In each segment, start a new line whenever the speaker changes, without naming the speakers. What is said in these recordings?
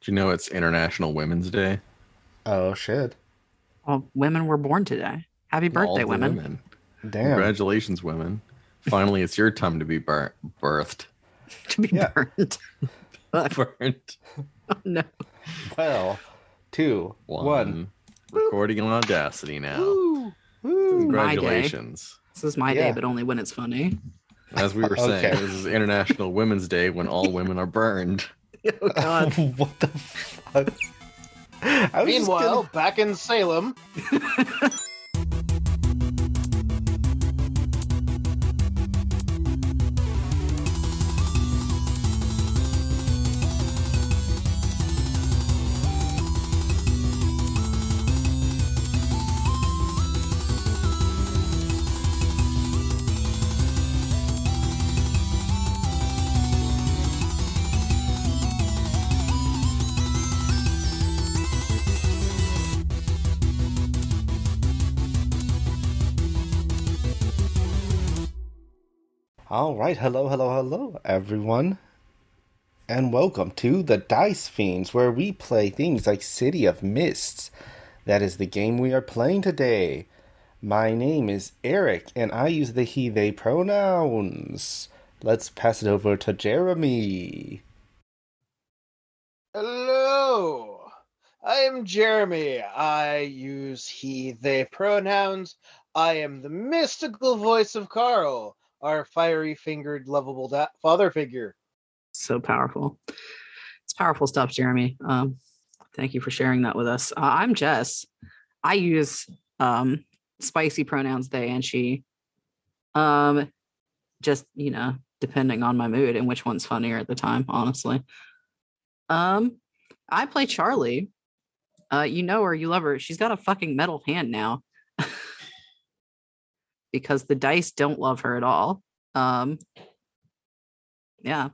Do you know it's International Women's Day?
Oh shit!
Well, women were born today. Happy
All
birthday,
the
women.
Damn.
Congratulations, women. Finally, it's your time to be bar- birthed.
To be
Yeah.
burned. Oh,
Burnt.
no.
Well, two,
One.
one.
Recording on Audacity now.
Woo. My day.
Congratulations.
This is my
Yeah.
day, but only when it's funny.
As we were saying,
Okay.
this is International Women's Day when all women are burned.
Oh God.
what the fuck? I was just
Meanwhile, back in Salem,
All right, hello, hello, hello, everyone, and welcome to the Dice Fiends, where we play things like City of Mists. That is the game we are playing today. My name is Eric, and I use the he/they pronouns. Let's pass it over to Jeremy.
hello. I am Jeremy. I use he, they pronouns. I am the mystical voice of Carl, our fiery fingered, lovable da- father figure.
so powerful. It's powerful stuff, Jeremy. Um, thank you for sharing that with us. Uh, I'm Jess. I use um, spicy pronouns they and she. Um, just you know, depending on my mood and which one's funnier at the time, honestly. Um, I play Charlie. Uh, you know her, you love her. She's got a fucking metal hand now. because the dice don't love her at all. Um, yeah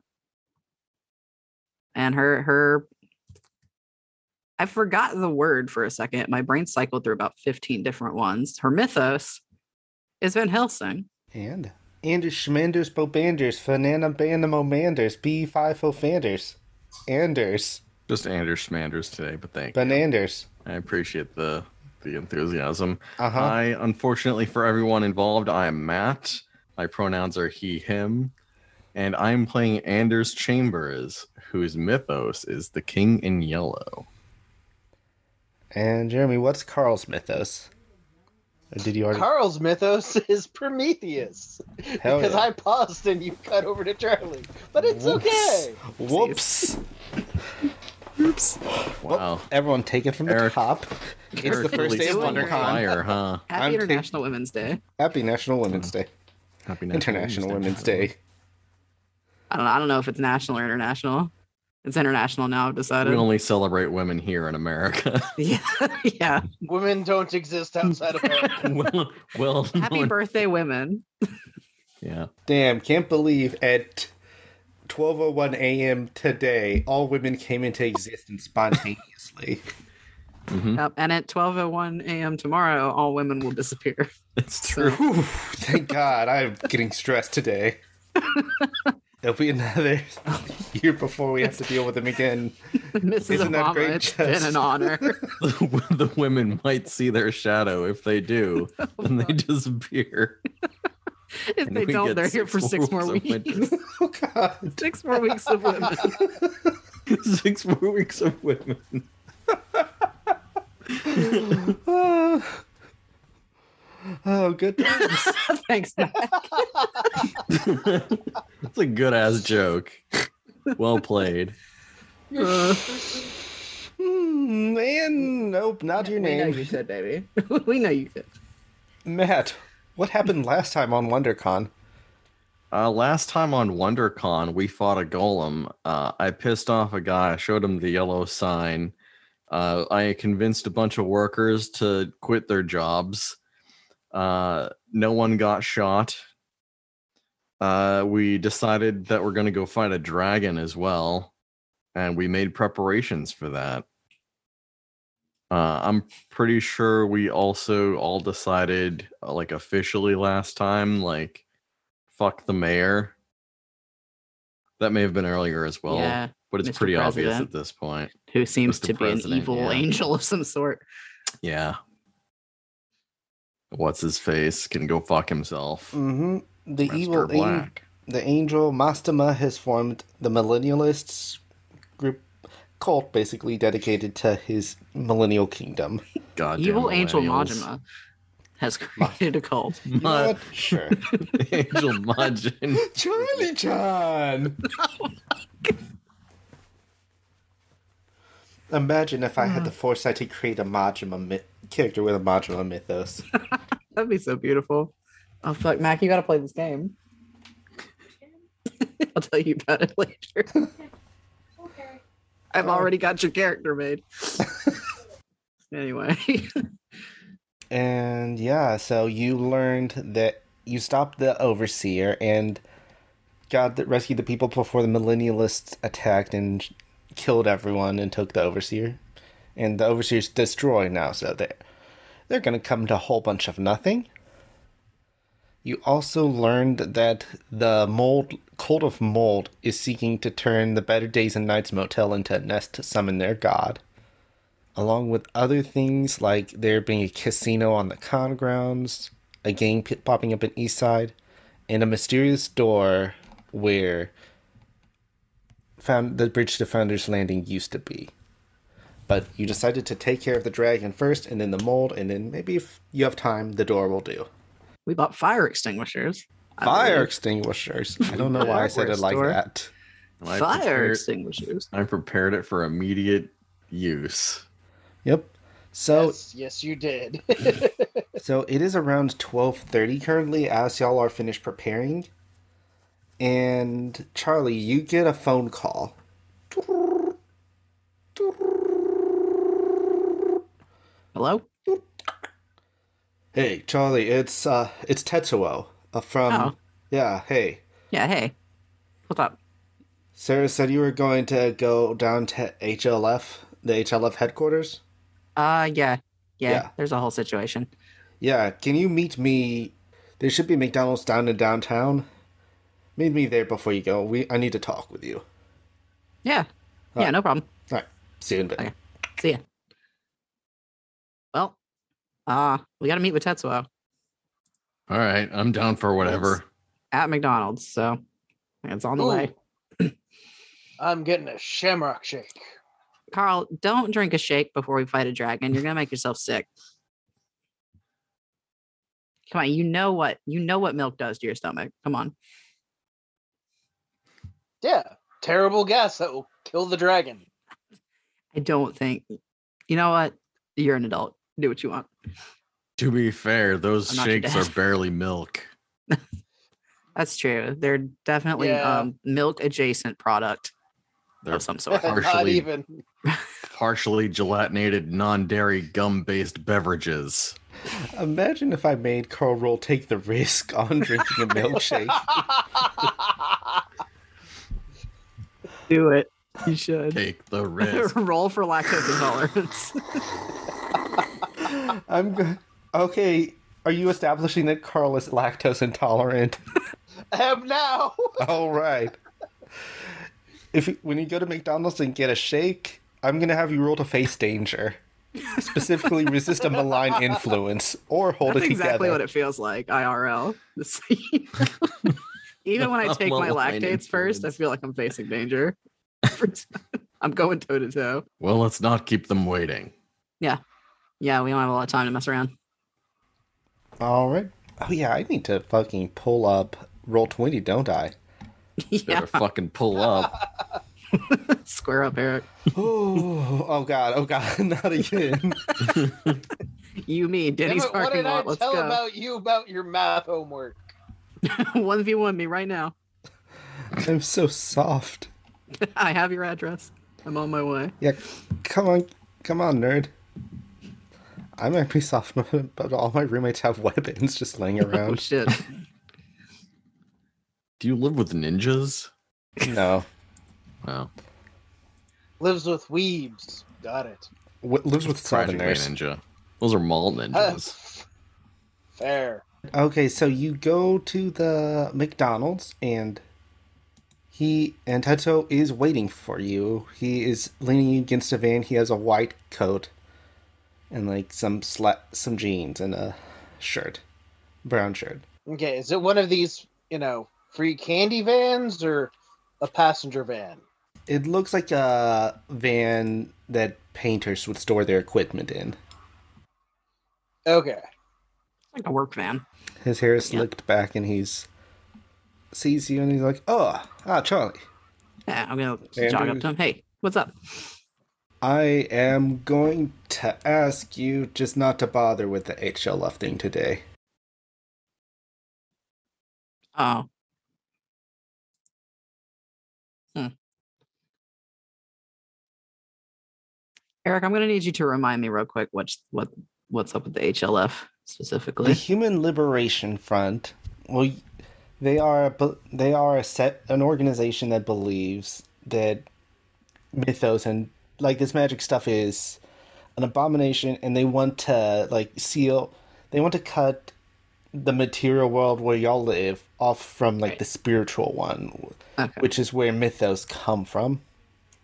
and her her I forgot the word for a second. My brain cycled through about 15 different ones. Her mythos is Van Helsing.
And Anders Schmenders Bobanders, Fanana Bandamomanders, B5 Fanders, Anders,
Just Anders Schmanders today, but thank
Bananders.
I appreciate the the enthusiasm.
Uh huh.
I, unfortunately for everyone involved, I am Matt. My pronouns are he, him, and I'm playing Anders Chambers, whose mythos is the King in Yellow.
And Jeremy, what's Carl's mythos? Or did you already?
Carl's mythos is Prometheus.
Hell
because
yeah.
I paused and you cut over to Charlie. But it's okay.
Whoops!
Oops.
Wow.
Oh, Everyone, take it from the
Eric-
top. It's the
Eric
first day of
really
doing
WonderCon.
it.
Fire, huh?
Happy
I'm taking-
International Women's Day.
Happy National Women's Day,
Happy
International Women's Day.
I don't know. I don't know if it's national or international. It's international now, I've decided.
We only celebrate women here in America.
yeah. yeah.
Women don't exist outside of America.
well, well
Happy
known.
birthday, women.
Yeah.
Damn, can't believe at 12:01 a.m. today, all women came into existence spontaneously.
Mhm.
Yep. And at 12.01 a.m. tomorrow, all women will disappear.
It's
So-
true.
Whew, thank God, I'm getting stressed today. There'll be another year before we have to deal with them again.
Mrs.
Isn't that
Obama,
great,
it's
Jess?
been an honor.
the, the women might see their shadow. If they do, then they disappear.
if
And
they
we
don't,
get
they're here for six more
of
weeks.
women.
Oh God!
six more weeks of women.
six more weeks of women.
Ah. oh, good. times.
Thanks, Matt.
That's a good ass joke. Well played.
Uh,
Hmm, and nope, not your
We know you
name,
could, baby. we know you could.
Matt. What happened last time on WonderCon?
Uh, last time on WonderCon, we fought a golem. Uh, I pissed off a guy. I showed him the yellow sign. Uh, I convinced a bunch of workers to quit their jobs. Uh, no one got shot. Uh, we decided that we're going to go fight a dragon as well. And we made preparations for that. Uh, I'm pretty sure we also all decided, uh, like, officially last time, like, fuck the mayor. That may have been earlier as well.
yeah,
but it's
Mr.
pretty obvious
President.
at this point.
who seems
Mr.
to be an
President,
evil
yeah.
angel of some sort.
Yeah. What's his face can go fuck himself.
Mm-hmm. The
Mr.
evil an-
Black.
the angel Mastema has formed the millennialists group cult basically dedicated to his millennial kingdom.
Goddamn
evil angel
millennials.
Majima has created a cult.
You know what? Uh, Sure.
Ma- angel Majin.
Charlie Chan. Imagine if I had the foresight to create a Majima myth- character with a Majima mythos.
That'd be so beautiful. Oh fuck, Mac, you gotta play this game. I'll tell you about it later.
Okay.
I've
Oh.
already got your character made. anyway,
And yeah, so you learned that you stopped the overseer and God that rescued the people before the millennialists attacked and killed everyone and took the overseer. And the overseer's destroyed now, so they're, they're going to come to a whole bunch of nothing. You also learned that the mold cult of mold is seeking to turn the Better Days and Nights motel into a nest to summon their god along with other things like there being a casino on the con grounds, a game p- popping up in East Side, and a mysterious door where found the bridge to Founders Landing used to be. But you decided to take care of the dragon first, and then the mold, and then maybe if you have time, the door will do.
we bought fire extinguishers. I
Fire
believe.
extinguishers. I don't know why I said it like
Store.
that.
And I
Fire
prepared,
extinguishers.
I prepared it for immediate use.
Yep. So
yes, yes, you did.
So it is around 12:30 currently as y'all are finished preparing. And Charlie, you get a phone call.
Hello?
Hey, Charlie, it's uh it's Tetsuo uh, from
Oh.
Yeah, hey.
Yeah, hey. What's up?
Sarah said you were going to go down to HLF, the HLF headquarters.
Uh yeah. Yeah,
Yeah.
there's a whole situation.
Yeah, can you meet me? There should be McDonald's down in downtown. Meet me there before you go. We I need to talk with you.
Yeah.
All
yeah,
right.
no problem.
All right. See you in a bit.
Okay. See ya. Well, uh, we gotta meet with Tetsuo
All right, I'm down for whatever.
at McDonald's, so it's on the
Ooh.
way.
I'm getting a shamrock shake.
Carl, don't drink a shake before we fight a dragon. You're gonna make yourself sick. Come on, you know what you know what milk does to your stomach. Come on.
Yeah, terrible gas that will kill the dragon.
I don't think you know what? You're an adult. Do what you want.
To be fair, those
I'm not your
shakes
dad.
are barely milk.
That's true. They're definitely
Yeah.
um, milk adjacent product
They're
of some sort.
Not
Partially.
even.
partially gelatinated, non-dairy gum-based beverages.
Imagine if I made Carl Roll take the risk on drinking a milkshake.
Do it. You should.
Take the risk.
Roll for lactose intolerance.
I'm go- okay. Are you establishing that Carl is lactose intolerant?
Am now.
All right. If you- when you go to McDonald's and get a shake, I'm gonna have you roll to face danger, specifically resist a malign influence or hold
That's
it together.
exactly what it feels like, IRL. Just so you know. Even when I take my
Malign
lactates first, I
influence.
feel like I'm facing danger. I'm going toe to toe.
Well, let's not keep them waiting.
Yeah, we don't have a lot of time to mess around.
All right. Oh yeah, I need to fucking pull up roll twenty, don't I?
yeah,
Better fucking pull up.
square up, Eric.
Oh, oh god, oh god, not again.
You, me,
Damn
Denny's
it, what
parking
did
lot.
I
Let's
tell
go.
about you about your math homework?
One v one me right now.
I'm so soft.
I have your address. I'm on my way.
Yeah, come on, come on, nerd. I'm actually soft, but all my roommates have weapons just laying
Oh
around.
shit!
Do you live with ninjas?
no,
Wow.
Lives with weebs. Got it.
w- lives with
Practically a
southerners.
ninja. Those are mall
Huh.
ninjas.
Ah.
Fair.
Okay, so you go to the McDonald's and He and Teto is waiting for you. He is leaning against a van. He has a white coat and like some sla- some jeans and a shirt, brown shirt.
Okay, is it one of these, you know, free candy vans or a passenger van?
It looks like a van that painters would store their equipment in.
Okay.
Like a work van.
His hair is slicked back, and he's sees you, and he's like, "Oh, ah, Charlie,
Yeah, I'm gonna
Andrew-
jog up to him. Hey, what's up?
I am going to ask you just not to bother with the HLF thing today.
Oh. Hmm. Eric, I'm gonna need you to remind me real quick what's what what's up with the HLF
The
specifically.
Human Liberation Front. Well, y- they are a bel- they are a set an organization that believes that mythos and like this magic stuff is an abomination, and they want to like seal. They want to cut the material world where y'all live off from like the spiritual one,
Okay.
which is where mythos come from.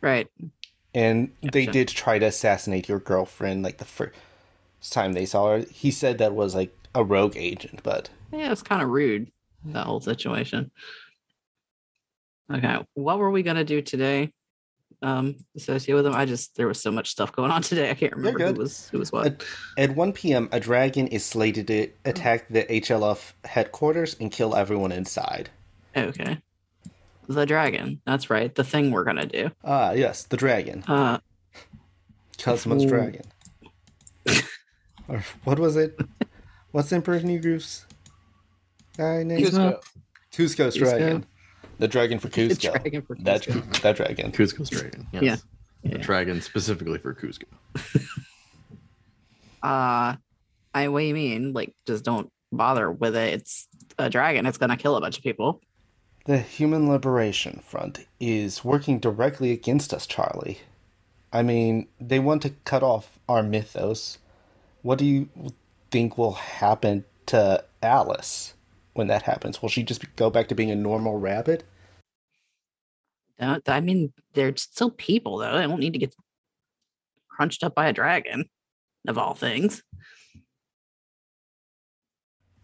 Right.
and they
Gotcha.
did try to assassinate your girlfriend like the first time they saw her he said that was like a rogue agent but
Yeah, it's kind of rude, that whole situation. Okay. What were we gonna do today? Um, associate with them. I just there was so much stuff going on today. I can't remember who
good.
was who was what.
At- at 1 p.m a dragon is slated to attack the hlf headquarters and kill everyone inside
Okay. The dragon. That's right. The thing we're gonna do.
ah yes the dragon
Uh
cosmos
Ooh.
dragon or what was it what's emperor new groove's guy name
Cusco.
Cusco's
Cusco.
dragon the dragon for
the
Cusco.
dragon for
that,
Cusco.
that dragon
Kuzco's dragon. Yes.
Yeah.
The
Yeah.
dragon specifically for Kuzco.
Uh I what do you mean? Like just don't bother with it. It's a dragon. It's gonna kill a bunch of people.
The Human Liberation Front is working directly against us, Charlie. I mean, they want to cut off our mythos. What do you think will happen to Alice when that happens? Will she just go back to being a normal rabbit?
Don't, I mean they're still people though. They don't need to get crunched up by a dragon of all things.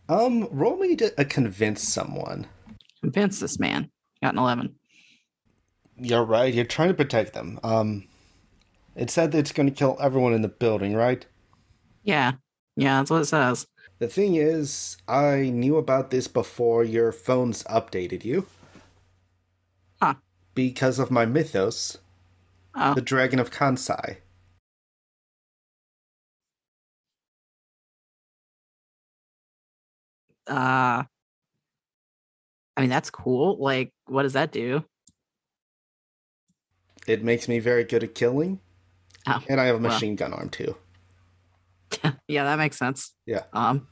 Um, roll me to uh, convince someone.
Convince this man. Got an eleven.
You're right, you're trying to protect them. Um, it said that it's going to kill everyone in the building, right?
Yeah. Yeah, that's what it says.
The thing is, I knew about this before your phones updated you.
Huh.
Because of my mythos,
Oh,
the Dragon of Kansai.
uh I mean that's cool. Like, what does that do?
It makes me very good at killing.
Oh,
And I have a
wow.
machine gun arm too.
yeah, that makes sense.
Yeah.
Um.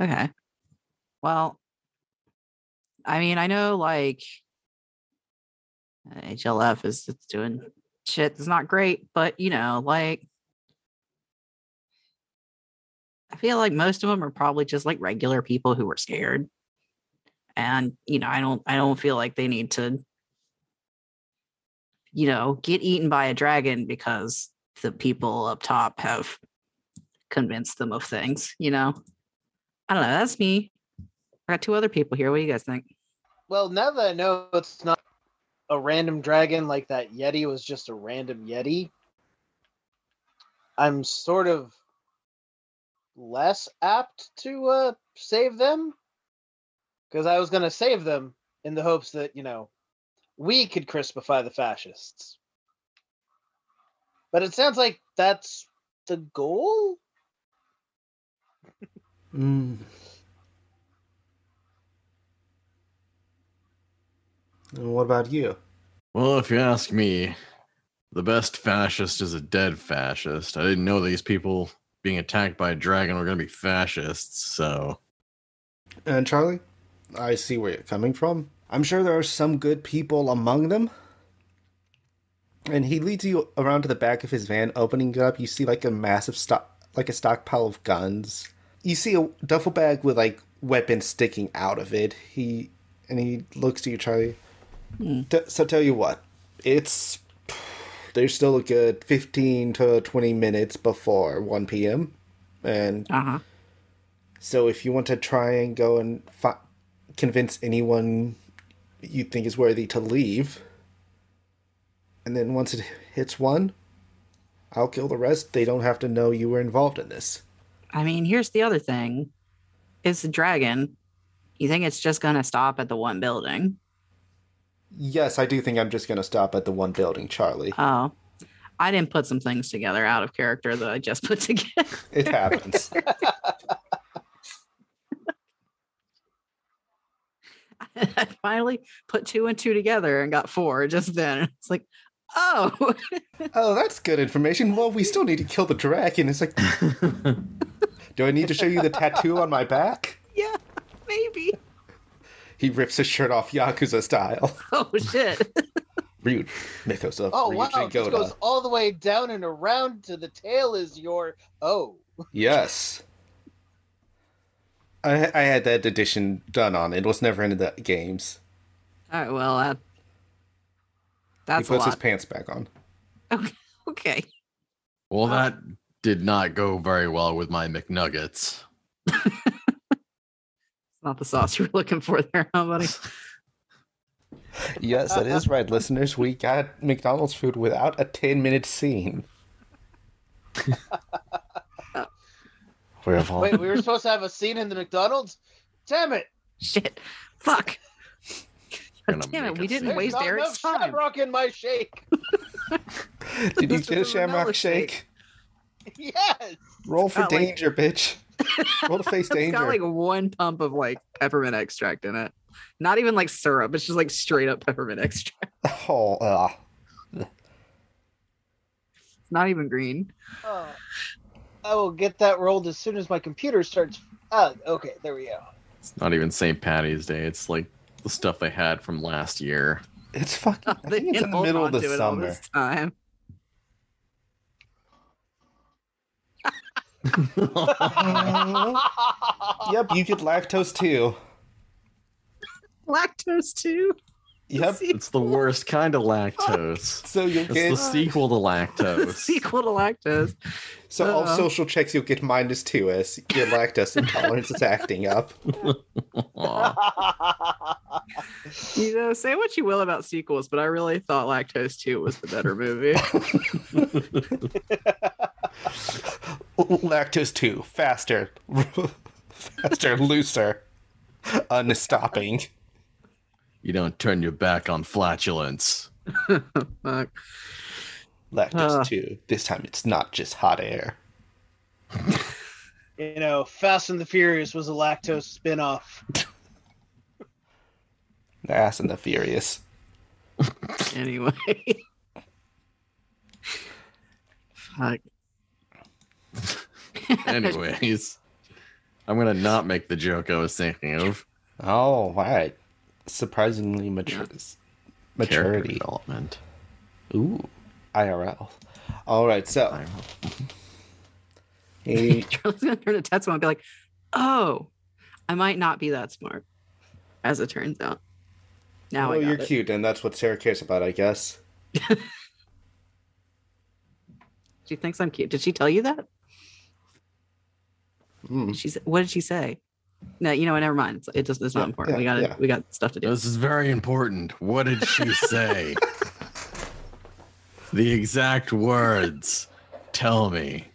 Okay. Well, I mean, I know like HLF is it's doing shit. It's not great, but you know, like I feel like most of them are probably just like regular people who were scared, and you know, I don't, I don't feel like they need to, you know, get eaten by a dragon because the people up top have convince them of things, you know? I don't know. That's me. I got two other people here. What do you guys think?
Well, now that I know it's not a random dragon like that Yeti was just a random Yeti, I'm sort of less apt to uh, save them. Because I was going to save them in the hopes that, you know, we could crispify the fascists. But it sounds like that's the goal?
Mm. And what about you?
Well, if you ask me, the best fascist is a dead fascist. I didn't know these people being attacked by a dragon were going to be fascists, so.
And Charlie? I see where you're coming from. I'm sure there are some good people among them. And he leads you around to the back of his van, opening it up. You see like a massive stock, like a stockpile of guns. You see a duffel bag with like weapons sticking out of it. He and he looks to you, Charlie. T- so tell you what, it's there's still a good 15 to 20 minutes before 1 p.m. and
Uh huh.
so if you want to try and go and fi- convince anyone you think is worthy to leave and then once it hits 1, I'll kill the rest. They don't have to know you were involved in this.
I mean, here's the other thing: it's a dragon. You think it's just gonna stop at the one building?
Yes, I do think I'm just going to stop at the one building, Charlie.
Oh, I didn't put some things together out of character that I just put together.
It happens.
I finally put two and two together and got four just then. It's like, oh,
oh, that's good information. Well, we still need to kill the dragon. It's like, do I need to show you the tattoo on my back?
yeah, maybe.
He rips his shirt off Yakuza style.
Oh shit.
Rude. Mythos of
Oh
Ryuji
wow, it just
Goda.
goes all the way down and around to the tail is your oh.
Yes. I, I had that edition done on. It was never in the games.
All right. Well, uh, that's
he
a
puts his
lot.
pants back on.
okay.
well, that did not go very well with my McNuggets.
It's not the sauce you were looking for there, huh, buddy?
Yes, that is right, listeners. We got McDonald's food without a 10 minute scene. We're all
Wait, we were supposed to have a scene in the McDonald's? Damn it!
Shit. Fuck.
Gonna
Damn it,
make
we
a
didn't
scene.
There's
waste
not
Eric's
enough
time.
Shamrock in my shake.
Did you
This
get a
is a vanilla
shamrock shake?
shake.
yes.
Roll for
got, like-
danger, bitch. Roll to face
It's got
danger.
like one pump of like peppermint extract in it. Not even like syrup. It's just like straight up peppermint extract.
Oh, ah.
It's not even green.
Oh, I will get that rolled as soon as my computer starts. Ah, okay, there we go.
It's not even St. Patty's Day. It's like the stuff they had from last year.
it's fucking. I
They
think it's
can
in the
hold
middle
on
of the
to it all
summer.
this time.
yep, you get lactose too.
Lactose too.
Yep.
it's the worst kind of lactose.
So you'll
It's the
get
sequel to lactose.
Sequel to lactose.
so all
Uh.
social checks you'll get minus two as your lactose intolerance is acting up.
Aw.
You know, say what you will about sequels, but I really thought Lactose 2 was the better movie.
Lactose two, faster, faster, looser, unstopping.
You don't turn your back on flatulence.
Fuck.
Lactose
Uh.
two. This time it's not just hot air.
you know, Fast and the Furious was a lactose spin-off.
The ass and the furious.
anyway. Fuck.
Anyways, I'm gonna not make the joke I was thinking of.
Oh, right. Surprisingly mature.
Character
Maturity.
development.
Ooh, IRL. All right, so
I-
he,
Charlie's gonna turn to Tetsuo and be like, "Oh, I might not be that smart." As it turns out, now
oh,
I got
you're
it.
cute, and that's what Sarah cares about, I guess.
She thinks I'm cute. Did she tell you that?
Mm-hmm. Mm.
She's what did she say? No, you know what? Never mind. It's, it just it's not
Yeah,
important. we
yeah,
got to
yeah.
we got stuff to do.
This is very important. What did she say? the exact words. Tell me.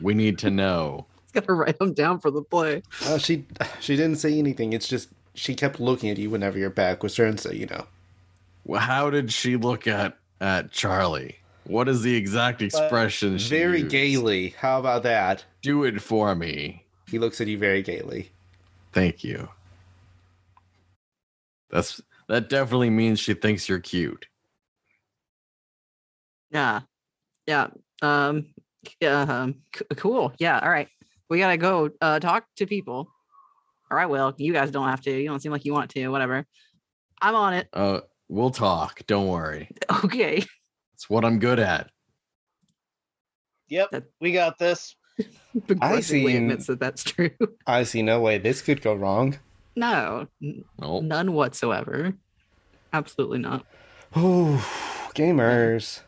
We need to know.
got to write them down for the play.
Uh, she she didn't say anything. It's just she kept looking at you whenever your back was turned, so you know.
Wh- How did she look at at Charlie? What is the exact expression? she
Very
used?
gaily. How about that?
Do it for me.
He looks at you very gaily.
Thank you. That's that definitely means she thinks you're cute.
Yeah, yeah, um, yeah, um, c- cool. Yeah, all right. We gotta go uh, talk to people. All right, well, you guys don't have to. You don't seem like you want to. Whatever. I'm on it.
Uh, we'll talk. Don't worry.
Okay.
It's what I'm good at.
Yep,
That-
we got this.
begrudgingly
admits
admits
that that's true.
I see no way this could go wrong.
No, n-
Nope.
none whatsoever. Absolutely not.
Ooh, gamers.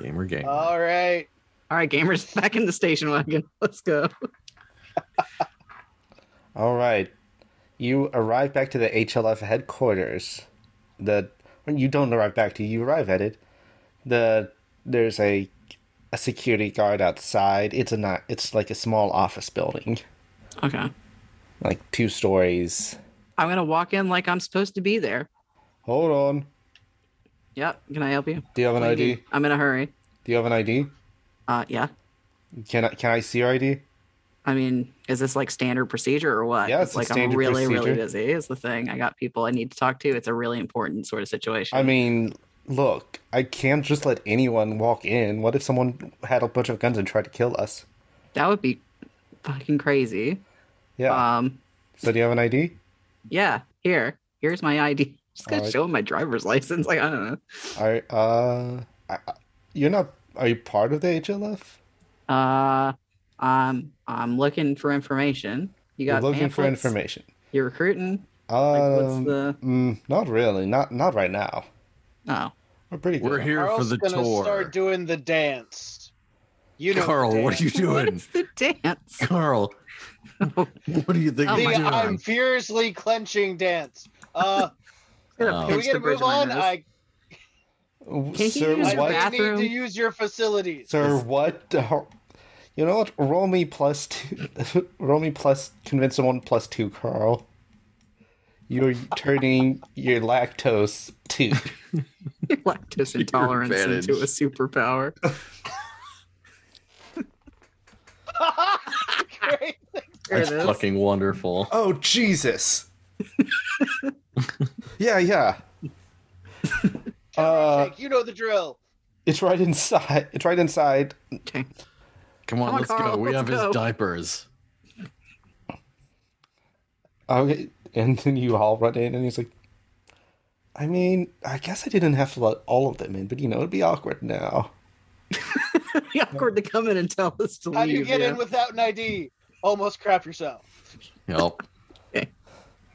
Gamer game.
Uh,
All right.
All right, gamers, back in the station wagon. Let's go.
All right. You arrive back to the HLF headquarters. The you don't arrive back to you arrive at it. The there's a a security guard outside. It's a not it's like a small office building.
Okay.
Like two stories.
I'm gonna walk in like I'm supposed to be there.
Hold on.
Yep. Can I help you?
Do you have an
What do you
ID?
need? I'm in a hurry.
Do you have an ID?
Uh, yeah.
Can I can I see your ID?
I mean, is this like standard procedure or what?
Yeah, it's
it's
a
like I'm
standard
really, really
procedure.
busy. Is the thing. I got people I need to talk to. It's a really important sort of situation.
I mean, look, I can't just let anyone walk in. What if someone had a bunch of guns and tried to kill us?
that would be fucking crazy.
Yeah.
Um,
so do you have an ID?
yeah. Here, here's my ID. Just gonna
Alright.
show 'em my driver's license. Like I don't know.
Are uh, I, I- you're not? Are you part of the HLF?
Uh, I'm I'm looking for information. You
You're
got
looking for
pamphlets?
information.
You're recruiting. Like,
Um,
what's the?
mm, not really. Not not right now.
Oh,
We're pretty good.
We're here for
Carl's
the
gonna
tour.
start doing the dance. You know, the
Carl, what are you
dance.
doing?
What's the dance?
Carl, what do you think
Oh
you're
my
doing?
the I'm furiously clenching dance. Uh,
Oh.
can we
Pinch
get
the
a
bridge
move
of my
on?
nose.
I,
W-
Can he
sir,
use
I
Is
what?
bath-
really need
bathroom?
to use your facilities.
Sir, what? You know what? Roll me plus two. Roll me plus. Convince someone plus two, Carl. You're turning your lactose two.
lactose intolerance into a
advantage.
superpower.
Great.
There
That's
it is.
fucking wonderful.
Oh Jesus! yeah, yeah. Uh,
you know the drill.
it's right inside. It's right inside.
Okay.
Come on,
Come on,
let's go.
Carl,
We
let's
have
go.
his diapers.
Okay, and then you all run in, and he's like, "I mean, I guess I didn't have to let all of them in, but you know, it'd be awkward now."
It'd be awkward to come in and tell us to
How do
leave.
you get
yeah.
in without an ID? Almost crap yourself.
Yep.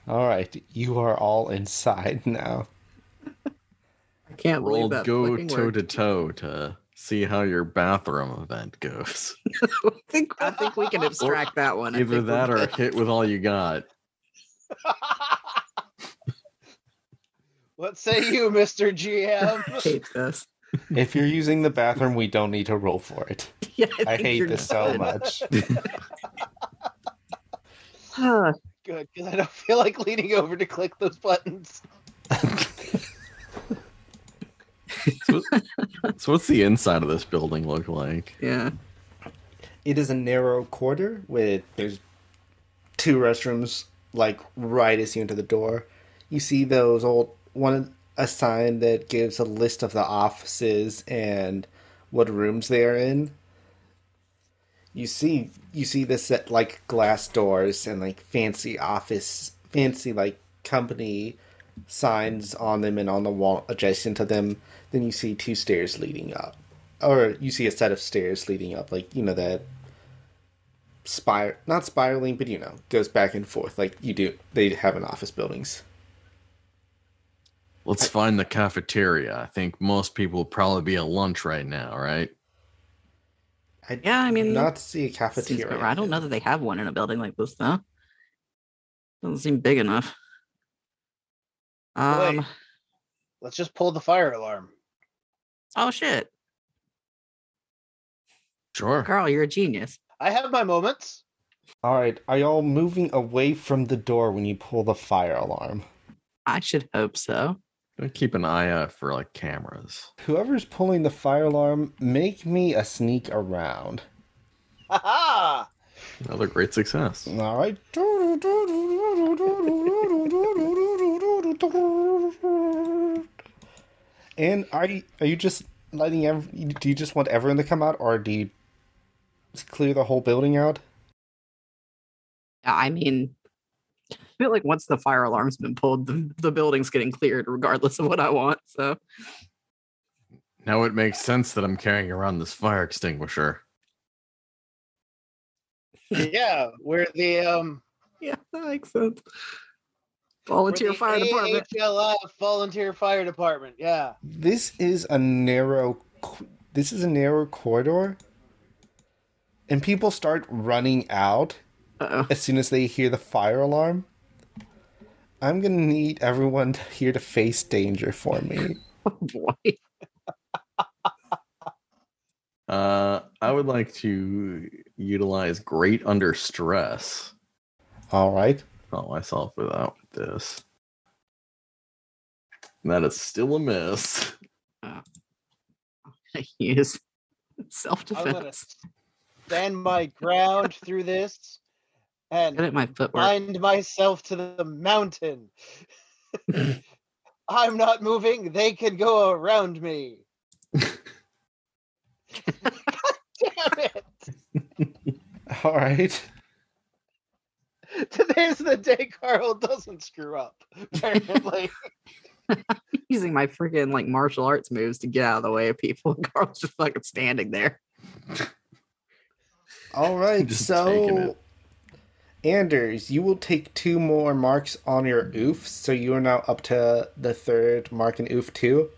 All right, you are all inside now.
I can't believe
Rolled
that.
go
fucking
toe
word.
to toe to see how your bathroom event goes.
I think I think we can abstract that one. I
Either
think we're
that or
good.
hit with all you got.
what say you, Mr. GM?
hate this.
if you're using the bathroom, we don't need to roll for it.
Yeah,
I
think
hate
you're
this so
good.
much.
Huh.
Good, because I don't feel like leaning over to click those buttons.
So, what's the inside of this building look like?
yeah.
It is a narrow corridor with there's two restrooms like right as you enter the door. You see those old one a sign that gives a list of the offices and what rooms they are in. You see you see this at like glass doors and like fancy office fancy like company signs on them and on the wall adjacent to them. Then you see two stairs leading up. Or you see a set of stairs leading up, like, you know, that spire not spiraling, but you know, goes back and forth like you do they have in office buildings.
Let's find the cafeteria. I think most people will probably be at lunch right now, right?
I
Yeah, I mean,
not see a
seems
cafeteria.
about right. I don't know that they have one in a building like this though. Doesn't seem big enough. Um.
Wait. Let's just pull the fire alarm.
Oh shit,
Sure.
Carl, you're a genius.
I have my moments.
All right, are y'all moving away from the door when you pull the fire alarm?
I should hope so.
Keep an eye out for like cameras.
Whoever's pulling the fire alarm, make me a sneak around.
Ha ha!
Another great success.
All right. and are you, are you just letting ev- do you just want everyone to come out or do you just clear the whole building out?
I mean, I feel like once the fire alarm's been pulled, the, the building's getting cleared regardless of what I want. So
Now it makes sense that I'm carrying around this fire extinguisher.
Yeah, we're the um
yeah, that makes sense. Volunteer
We're the
fire department.
AHLF volunteer fire department. Yeah.
This is a narrow. c- This is a narrow corridor, and people start running out
Uh-oh.
as soon as they hear the fire alarm. I'm gonna need everyone to- here to face danger for me.
Oh boy.
Uh, I would like to utilize Great Under Stress. Oh,
All right.
Not myself without this. And that is still a miss.
Use self
I'm gonna
defense.
stand my ground through this
Good
and
at my footwork.
bind myself to the mountain. I'm not moving. They can go around me. God damn it.
All right.
Today's the day Carl doesn't screw up. Apparently,
using my freaking like martial arts moves to get out of the way of people. And Carl's just fucking standing there.
All right.
Just taking
so,
it.
Anders, you will take two more marks on your oof, so you are now up to the third mark in oof two,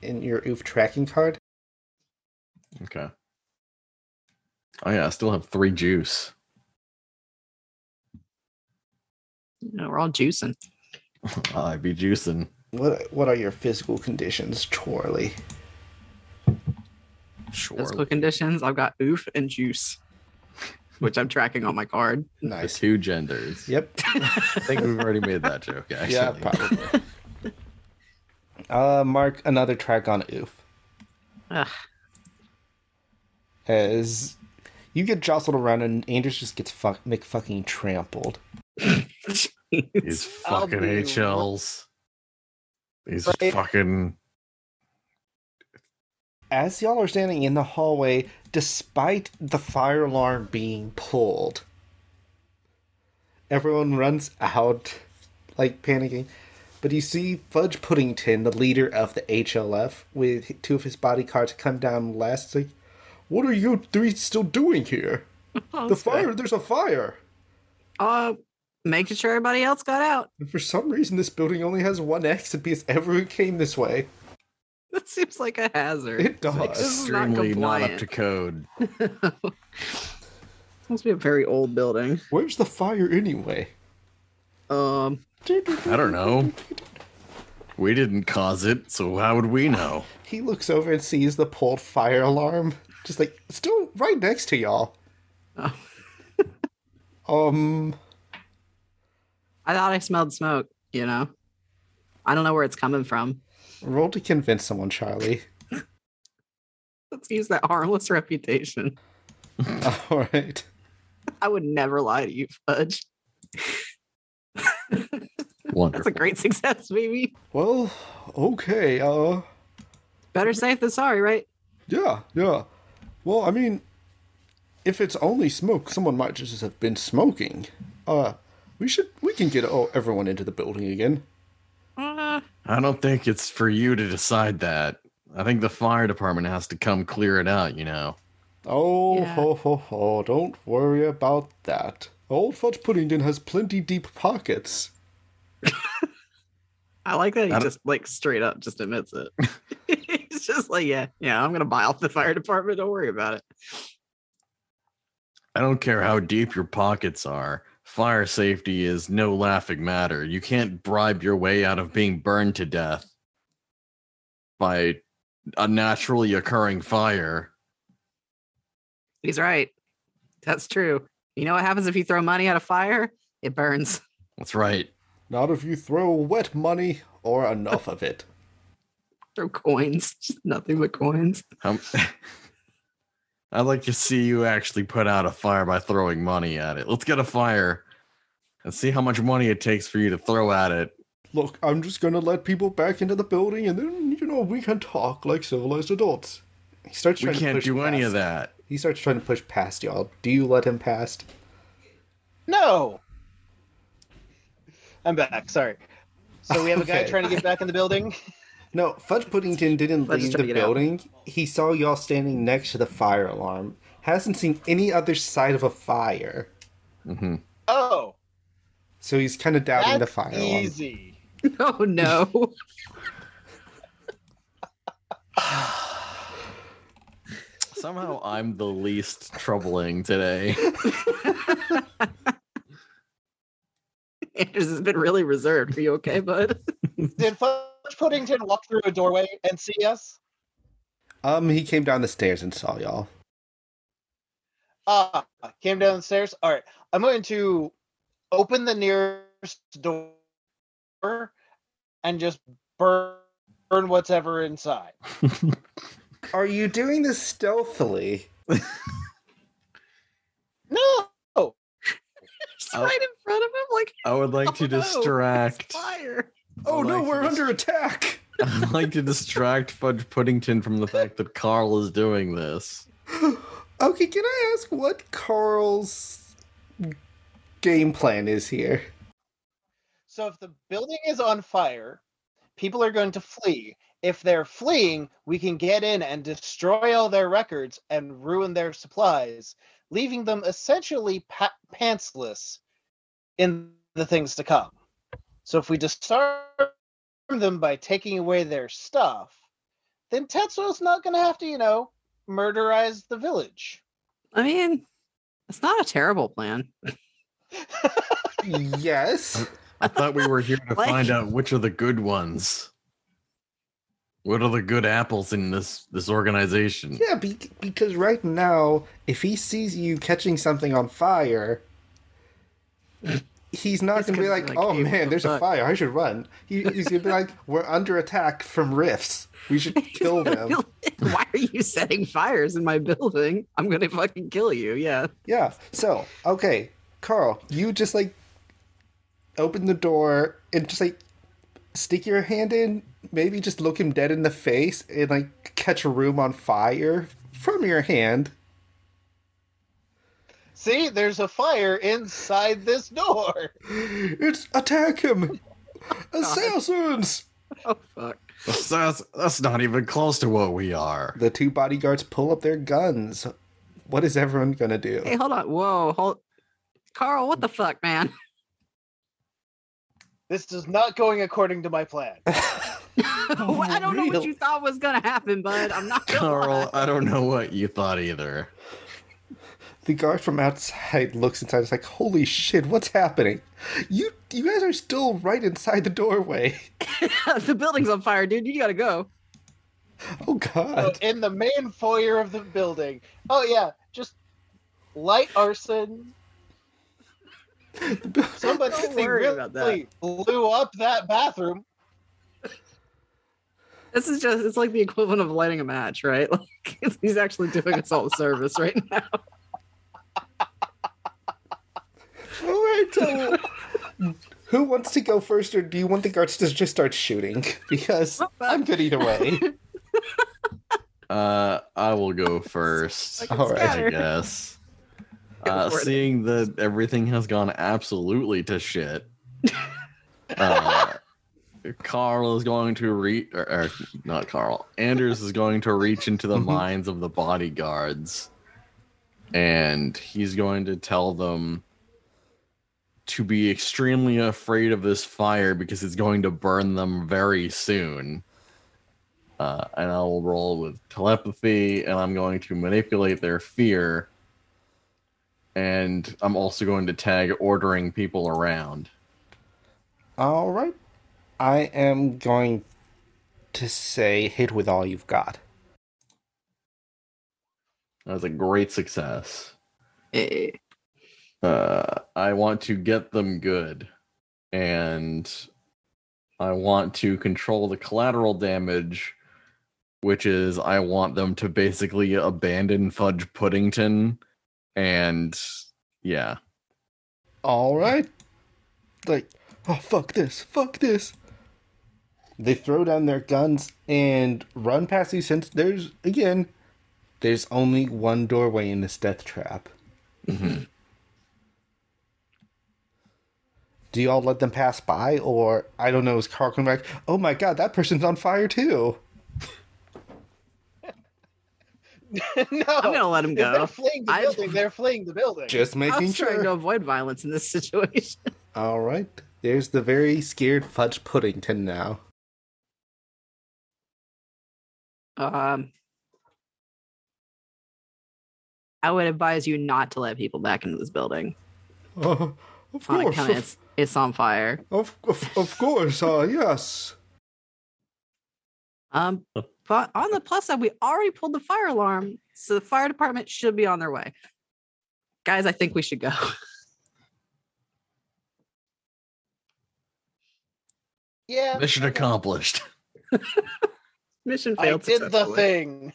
in your oof tracking card.
Okay. Oh yeah, I still have three juice.
You know, we're all juicing.
I uh, be juicing.
What what are your physical conditions, Chorley?
Sure.
Physical conditions. I've got oof and juice, which I'm tracking on my card.
The
Nice.
two genders.
Yep.
I think we've already made that joke. Actually.
Yeah, probably. uh, mark another track on oof
Ugh.
as you get jostled around and Anders just gets fuck McFucking trampled.
These
I'll
fucking
be right-
HLs. These
Right.
fucking.
As y'all are standing in the hallway, despite the fire alarm being pulled, everyone runs out, like panicking. But you see Fudge Puddington, the leader of the HLF, with two of his bodyguards come down last. Like, what are you three still doing here? The fire! There's a fire!
Uh, making sure everybody else got out.
And for some reason, this building only has one exit because everyone came this way.
That seems like a hazard.
It does.
This is not
Extremely not, up
compliant.
to code.
Must be a very old building.
Where's the fire anyway?
Um,
I don't know. We didn't cause it, so how would we know?
He looks over and sees the pulled fire alarm, just like still right next to y'all.
Oh.
um,
I thought I smelled smoke. You know, I don't know where it's coming from.
roll to convince someone, Charlie.
Let's use that harmless reputation.
All right.
I would never lie to you, Fudge. That's
Wonderful.
a great success, baby.
Well, okay. Uh,
Better safe than sorry, right?
yeah, yeah. Well, I mean, if it's only smoke, someone might just have been smoking. Uh, we should we can get all, everyone into the building again.
Uh,
I don't think it's for you to decide that. I think the fire department has to come clear it out, you know.
Oh,
Yeah.
ho, ho, ho, don't worry about that. Old Fudge Puddington has plenty deep pockets.
I like that he
I don't-
just like straight up just admits it. He's just like, yeah, yeah, I'm gonna buy off the fire department. Don't worry about it.
I don't care how deep your pockets are. Fire safety is no laughing matter. You can't bribe your way out of being burned to death by a naturally occurring fire.
He's right. That's true. You know what happens if you throw money at a fire? It burns.
That's right.
Not if you throw wet money or enough of it.
Throw coins. Just nothing but coins.
Um, I'd like to see you actually put out a fire by throwing money at it. Let's get a fire and see how much money it takes for you to throw at it.
Look, I'm just gonna let people back into the building and then, you know, we can talk like civilized adults. He starts
We
trying to
can't
push
do any of
past-
that.
He starts trying to push past y'all. Do you let him past?
no. I'm back. Sorry. So we have a guy
Okay.
trying to get back in the building.
No, Fudge Puddington didn't
Let's
leave
try to
the
get out.
building. He saw y'all standing next to the fire alarm. Hasn't seen any other side of a fire.
Mhm.
Oh,
So he's kind of doubting the
That's
fire alarm.
easy.
Oh no.
Somehow I'm the least troubling today.
Anders has been really reserved. Are you okay, bud?
Did Fudge Puddington walk through a doorway and see us?
Um, he came down the stairs and saw y'all.
Ah, came downstairs. All right, I'm going to open the nearest door and just burn, burn whatever inside.
Are you doing this stealthily?
No,
Just
Oh.
right in front of him, like
I would like
Oh,
to
no, it's
distract.
fire.
Oh no,
like
we're
this.
under attack!
I'd like to distract Fudge Puddington from the fact that Carl is doing this.
okay, can I ask what Carl's game plan is here?
So if the building is on fire, people are going to flee. If they're fleeing, we can get in and destroy all their records and ruin their supplies, leaving them essentially pa- pantsless in the things to come. So if we disarm them by taking away their stuff, then Tetsuo's not going to have to, you know, murderize the village.
I mean, it's not a terrible plan.
yes.
I thought we were here to
Like-
find out which are the good ones. What are the good apples in this this organization?
Yeah, be- because right now, if he sees you catching something on fire, he's not going
He's
to be
gonna
like,
be like,
"Oh
hey, what
man,
the
there's a
fuck?"
fire! I should run." He, he's going to be like, "We're under attack from rifts. We should kill them."
Why are you setting fires in my building? I'm gonna fucking kill you. Yeah.
Yeah. So, okay, Carl, you just like open the door and just like stick your hand in, maybe just look him dead in the face and like catch a room on fire from your hand.
See, there's a fire inside this door.
It's attack him. Assassins.
Oh fuck.
That's, that's that's not even close to what we are.
The two bodyguards pull up their guns. What is everyone going to
Hey,
do?
hold on. Whoa, hold. Carl, what the fuck, man?
This is not going according to my plan.
Well, I don't know what
Oh, Real.
you thought was gonna happen, bud. I'm not gonna
Carl,
lie.
I don't know what you thought either.
The guard from outside looks inside. It's like, "Holy shit, what's happening? You you guys are still right inside the doorway."
the building's on fire, dude. You gotta go.
Oh god.
So in the main foyer of the building. Oh yeah, just light arson. Somebody
Don't worry about that.
really blew up that bathroom.
This is just it's like the equivalent of lighting a match, right? Like it's, he's actually doing us all a service right now.
All right. So, who wants to go first, or do you want the guards to just start shooting? Because I'm good either way.
Uh, I will go first.
Like, it's
All right.
I
better.
guess.
Go
Uh,
for it.
seeing that everything has gone absolutely to shit, uh, Carl is going to reach, or, or not Carl, Anders is going to reach into the
Mhm.
minds of the bodyguards and he's going to tell them to be extremely afraid of this fire because it's going to burn them very soon. Uh, and I will roll with telepathy, and I'm going to manipulate their fear. And I'm also going to tag ordering people around.
All right. I am going to say hit with all you've got.
That was a great success.
Eh,
Uh, I want to get them good, and I want to control the collateral damage, which is I want them to basically abandon Fudge Puddington, and yeah,
All right. Like, oh fuck this, fuck this. They throw down their guns and run past you since there's again, there's only one doorway in this death trap. Do y'all let them pass by, or I don't know? Is Carl coming back? Oh my god, that person's on fire too.
no,
I'm gonna let him
if they're
go.
fleeing the
I-
building. They're fleeing the building.
Just making
I'm trying to
sure.
avoid violence in this situation.
All right. There's the very scared Fudge Puddington now.
Um, I would advise you not to let people back into this building.
Uh, of
On account it's it's on fire.
Of, of, of course. Uh, yes.
Um, but on the plus side, we already pulled the fire alarm, so the fire department should be on their way. Guys, I think we should go.
Yeah.
Mission accomplished.
Mission
I
failed.
did the
successfully.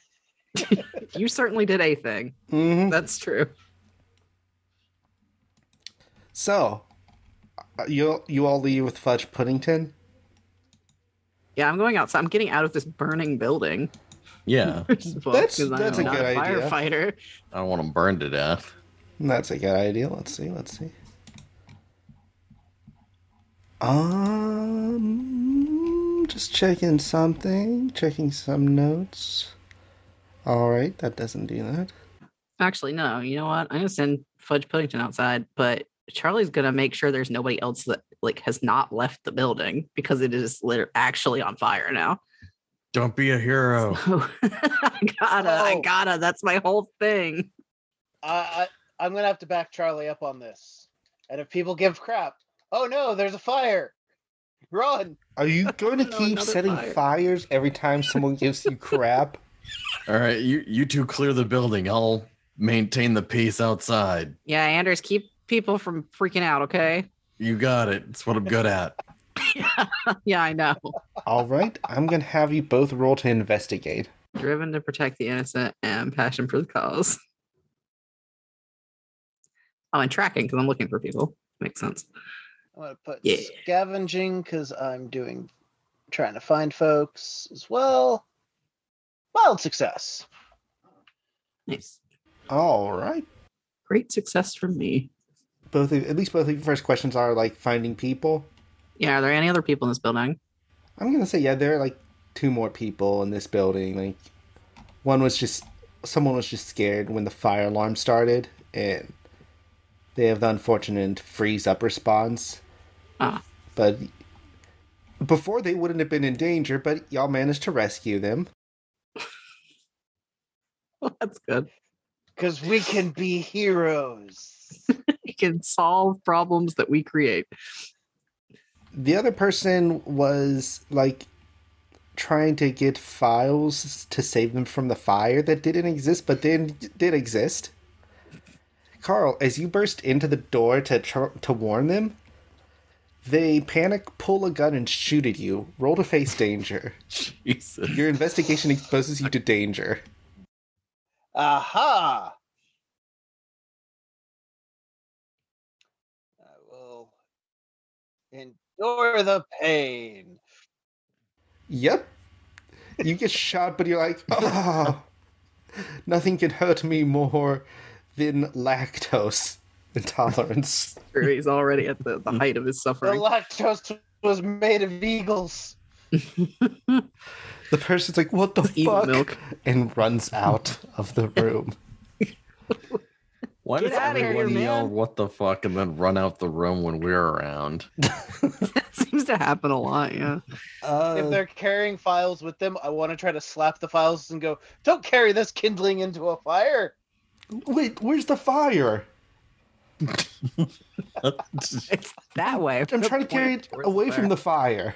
thing.
You certainly did a thing.
Mm-hmm.
That's true.
So, uh, you you all leave with Fudge Puddington.
Yeah, I'm going outside. I'm getting out of this burning building.
Yeah,
First of all,
That's-
'cause
that's
I'm
a
not
good idea.
Firefighter.
I don't want them burned to death.
That's a good idea. Let's see. Let's see. Um, just checking something. Checking some notes. All right, that doesn't do that.
Actually, no. You know what? I'm gonna send Fudge Puddington outside, but Charlie's gonna make sure there's nobody else that like has not left the building because it is lit- actually on fire now.
Don't be a hero.
So, I gotta, I
Oh.
gotta. That's my whole thing.
I, I, I'm gonna have to back Charlie up on this. And if people give crap, oh no, there's a fire. Run.
Are you going to
No,
keep
another
setting
fire.
fires every time someone gives you crap?
All right, you you two clear the building. I'll maintain the peace outside.
Yeah, Anders, keep people from freaking out. Okay.
You got it. It's what I'm good at.
yeah, I know.
All right, I'm going to have you both roll to investigate.
Driven to protect the innocent and passion for the cause. Oh, and tracking because I'm looking for people. Makes sense.
I'm gonna put
Yeah.
scavenging because I'm doing trying to find folks as well. Wild success.
Nice.
All right.
Great success from me.
Both of, at least both of your first questions are like finding people.
Yeah, are there any other people in this building?
I'm gonna say yeah, there are like two more people in this building. Like one was just someone was just scared when the fire alarm started and they have the unfortunate freeze up response.
Ah.
But before they wouldn't have been in danger, but y'all managed to rescue them.
Well, that's good.
Because we can be heroes.
We can solve problems that we create.
The other person was like trying to get files to save them from the fire that didn't exist, but then did exist. Carl, as you burst into the door to tr- to warn them, they panic, pull a gun, and shoot at you. Roll to face danger.
Jesus.
Your investigation exposes you to danger.
Aha! I will endure the pain.
Yep. You get shot, but you're like, oh, nothing can hurt me more than lactose intolerance.
Or He's already at the, the height of his
The
suffering.
lactose was made of eagles.
The person's like, what the
Eat
fuck?
milk.
And runs out of the room.
Why
Get
does
outta here,
everyone yell
man.
"What the fuck" and then run out the room when we're around?
that seems to happen a lot. Yeah.
if
Uh,
they're carrying files with them, I want to try to slap the files and go, "Don't carry this kindling into a fire."
wait, where's the fire?
It's that way.
I'm trying to carry it away from the fire.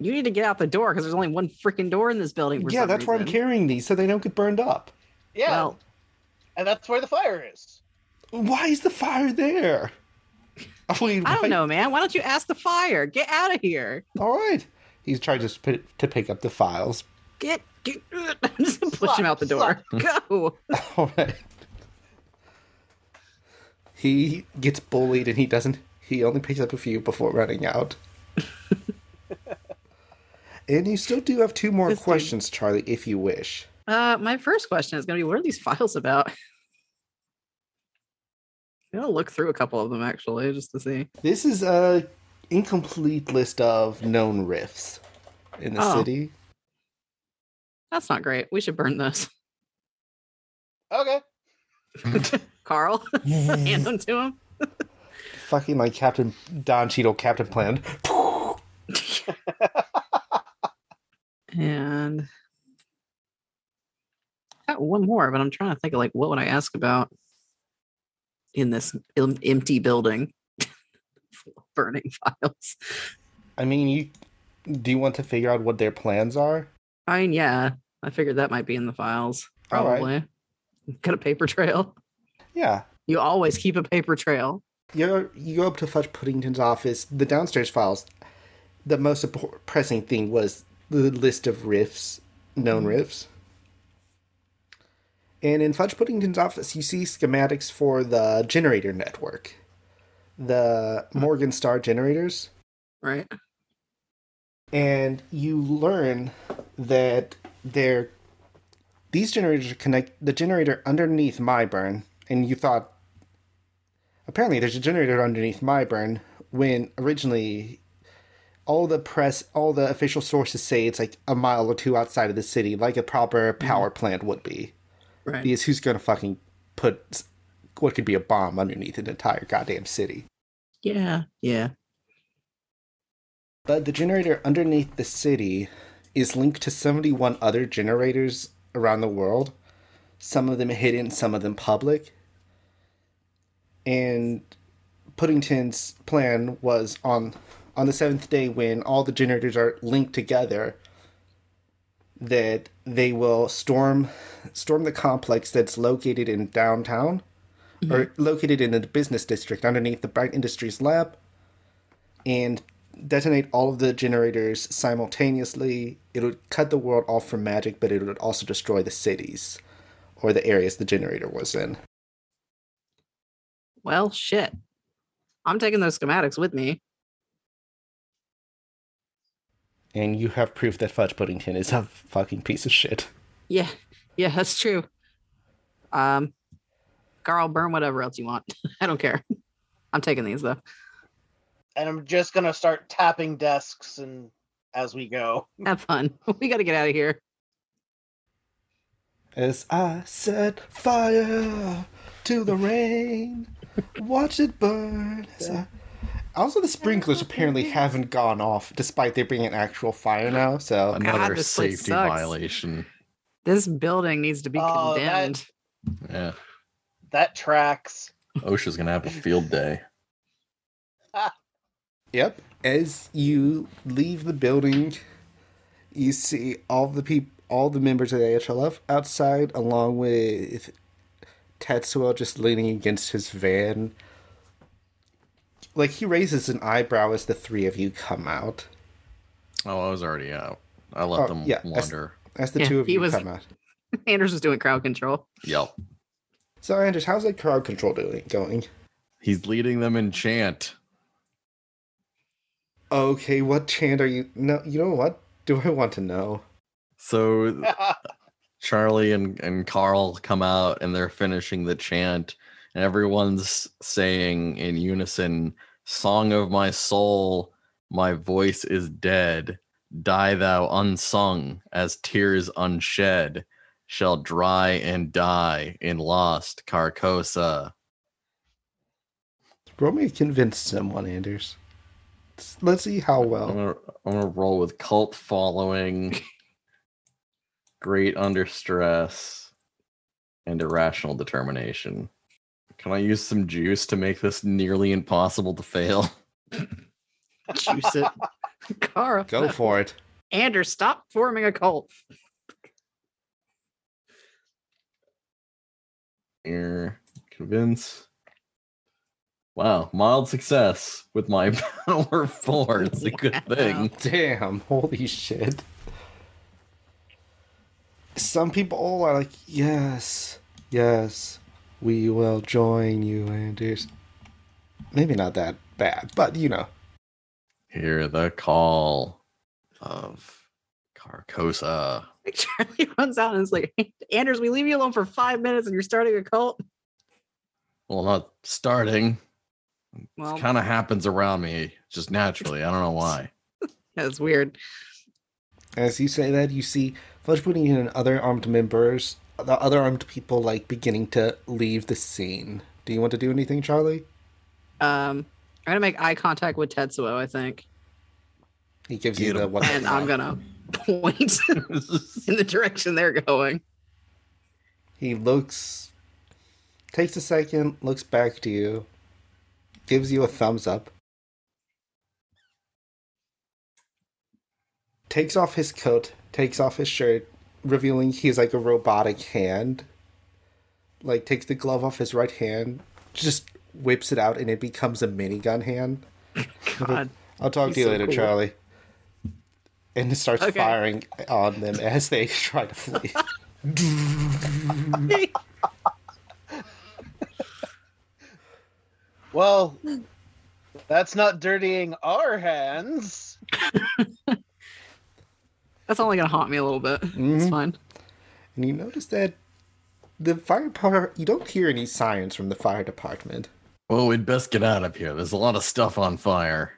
You need to get out the door because there's only one freaking door in this building. for
Yeah,
some
that's why I'm
reason.
carrying these so they don't get burned up.
Yeah,
Well,
and that's where the fire is.
Why is the fire there? I mean,
I
why-
don't know, man. Why don't you ask the fire? Get out of here.
All right. He's trying to, sp- to pick up the files.
Get, get, just push him out the door. Go.
All right. He gets bullied and he doesn't. He only picks up a few before running out. and you still do have two more
This dude.
questions, Charlie, if you wish.
Uh, my first question is going to be what are these files about? I'm going to look through a couple of them actually just to see.
This is a incomplete list of known rifts in the
Oh.
city.
That's not great. We should burn those.
Okay,
Carl, hand them to him.
fucking like Captain Don Cheadle, Captain Plan.
And I got one more, but I'm trying to think of like what would I ask about in this em- empty building full of burning files.
I mean, you do you want to figure out what their plans are?
I mean, yeah, I figured that might be in the files.
All right.
Probably. Got a paper trail.
Yeah,
You always keep a paper trail.
you go, you go up to Fudge Puddington's office. The downstairs files. The most impor- pressing thing was the list of riffs, known riffs. And in Fudge Puddington's office, you see schematics for the generator network, the Morgan Star generators.
Right.
and you learn that they're these generators are connect the generator underneath my burn and you thought apparently there's a generator underneath my burn when originally all the press all the official sources say it's like a mile or two outside of the city like a proper power plant would be
Right.
because who's going to fucking put s- what could be a bomb underneath an entire goddamn city
Yeah. Yeah.
But the generator underneath the city is linked to 71 other generators around the world, some of them hidden, some of them public. And Puddington's plan was on on the seventh day when all the generators are linked together that they will storm storm the complex that's located in downtown or located in the business district underneath the Bright Industries lab and detonate all of the generators simultaneously. It would cut the world off from magic, but it would also destroy the cities or the areas the generator was in.
Well, shit. I'm taking those schematics with me.
And you have proof that Fudge Puddington is a fucking piece of shit.
Yeah. Yeah, that's true. Um, Carl, burn whatever else you want. I don't care. I'm taking these though.
and I'm just gonna start tapping desks and as we go.
Have fun. We got to get out of here.
As I set fire to the rain, watch it burn. as I- Also, the sprinklers apparently haven't gone off, despite there being an actual fire now. So
Another
this place
safety
sucks.
violation.
This building needs to be
Oh, that-
condemned.
Yeah.
That tracks.
OSHA's gonna have a field day.
Yep. As you leave the building, you see all the peop- all the members of the HLF outside, along with Tetsuo just leaning against his van. Like he raises an eyebrow as the three of you come out.
Oh, I was already out. I let
Oh,
them
yeah, I s-
wander.
As the
Yeah,
two of
he
you
was-
come out.
Anders was doing crowd control.
Yep.
So Anders, how's that crowd control doing going?
He's leading them in chant.
Okay, what chant are you no you know what? Do I want to know?
So
I
Charlie and, and Carl come out and they're finishing the chant, and everyone's saying in unison, Song of my soul, my voice is dead. Die thou unsung, as tears unshed, shall dry and die in lost Carcosa.
Roll me a convince someone, Anders. Let's- Let's see how well.
I'm gonna, I'm gonna roll with cult following, great under stress, and irrational determination. Can I use some juice to make this nearly impossible to fail?
Juice it. Carl.
Go for it.
Anders, stop forming a cult.
Here, convince. Wow, mild success with my power four. It's a good thing.
Damn, holy shit. Some people are like, yes, yes, we will join you, Anders. Maybe not that bad, but you know.
Hear the call of Carcosa.
Like, Charlie runs out and is like, Anders, we leave you alone for five minutes and you're starting a cult.
Well, not starting.
Well,
kind of happens around me just naturally. I don't know why.
that's weird.
As you say that, you see Fudge Pudding and other armed members, the other armed people, like beginning to leave the scene. Do you want to do anything, Charlie?
Um, I'm gonna make eye contact with Tetsuo, I think,
He gives
Get
you the
him.
what?
and I'm gonna point in the direction they're going.
He looks, takes a second, looks back to you, gives you a thumbs up, takes off his coat, takes off his shirt, revealing he's like a robotic hand. Like, takes the glove off his right hand, just whips it out, and it becomes a minigun hand.
God,
I'll talk
He's
to you
so
later,
cool.
Charlie. And it starts
Okay.
firing on them as they try to flee.
Well, that's not dirtying our hands.
that's only gonna haunt me a little bit. It's
Mhm.
fine.
And you notice that the fire department, you don't hear any sirens from the fire department.
well, we'd best get out of here. There's a lot of stuff on fire.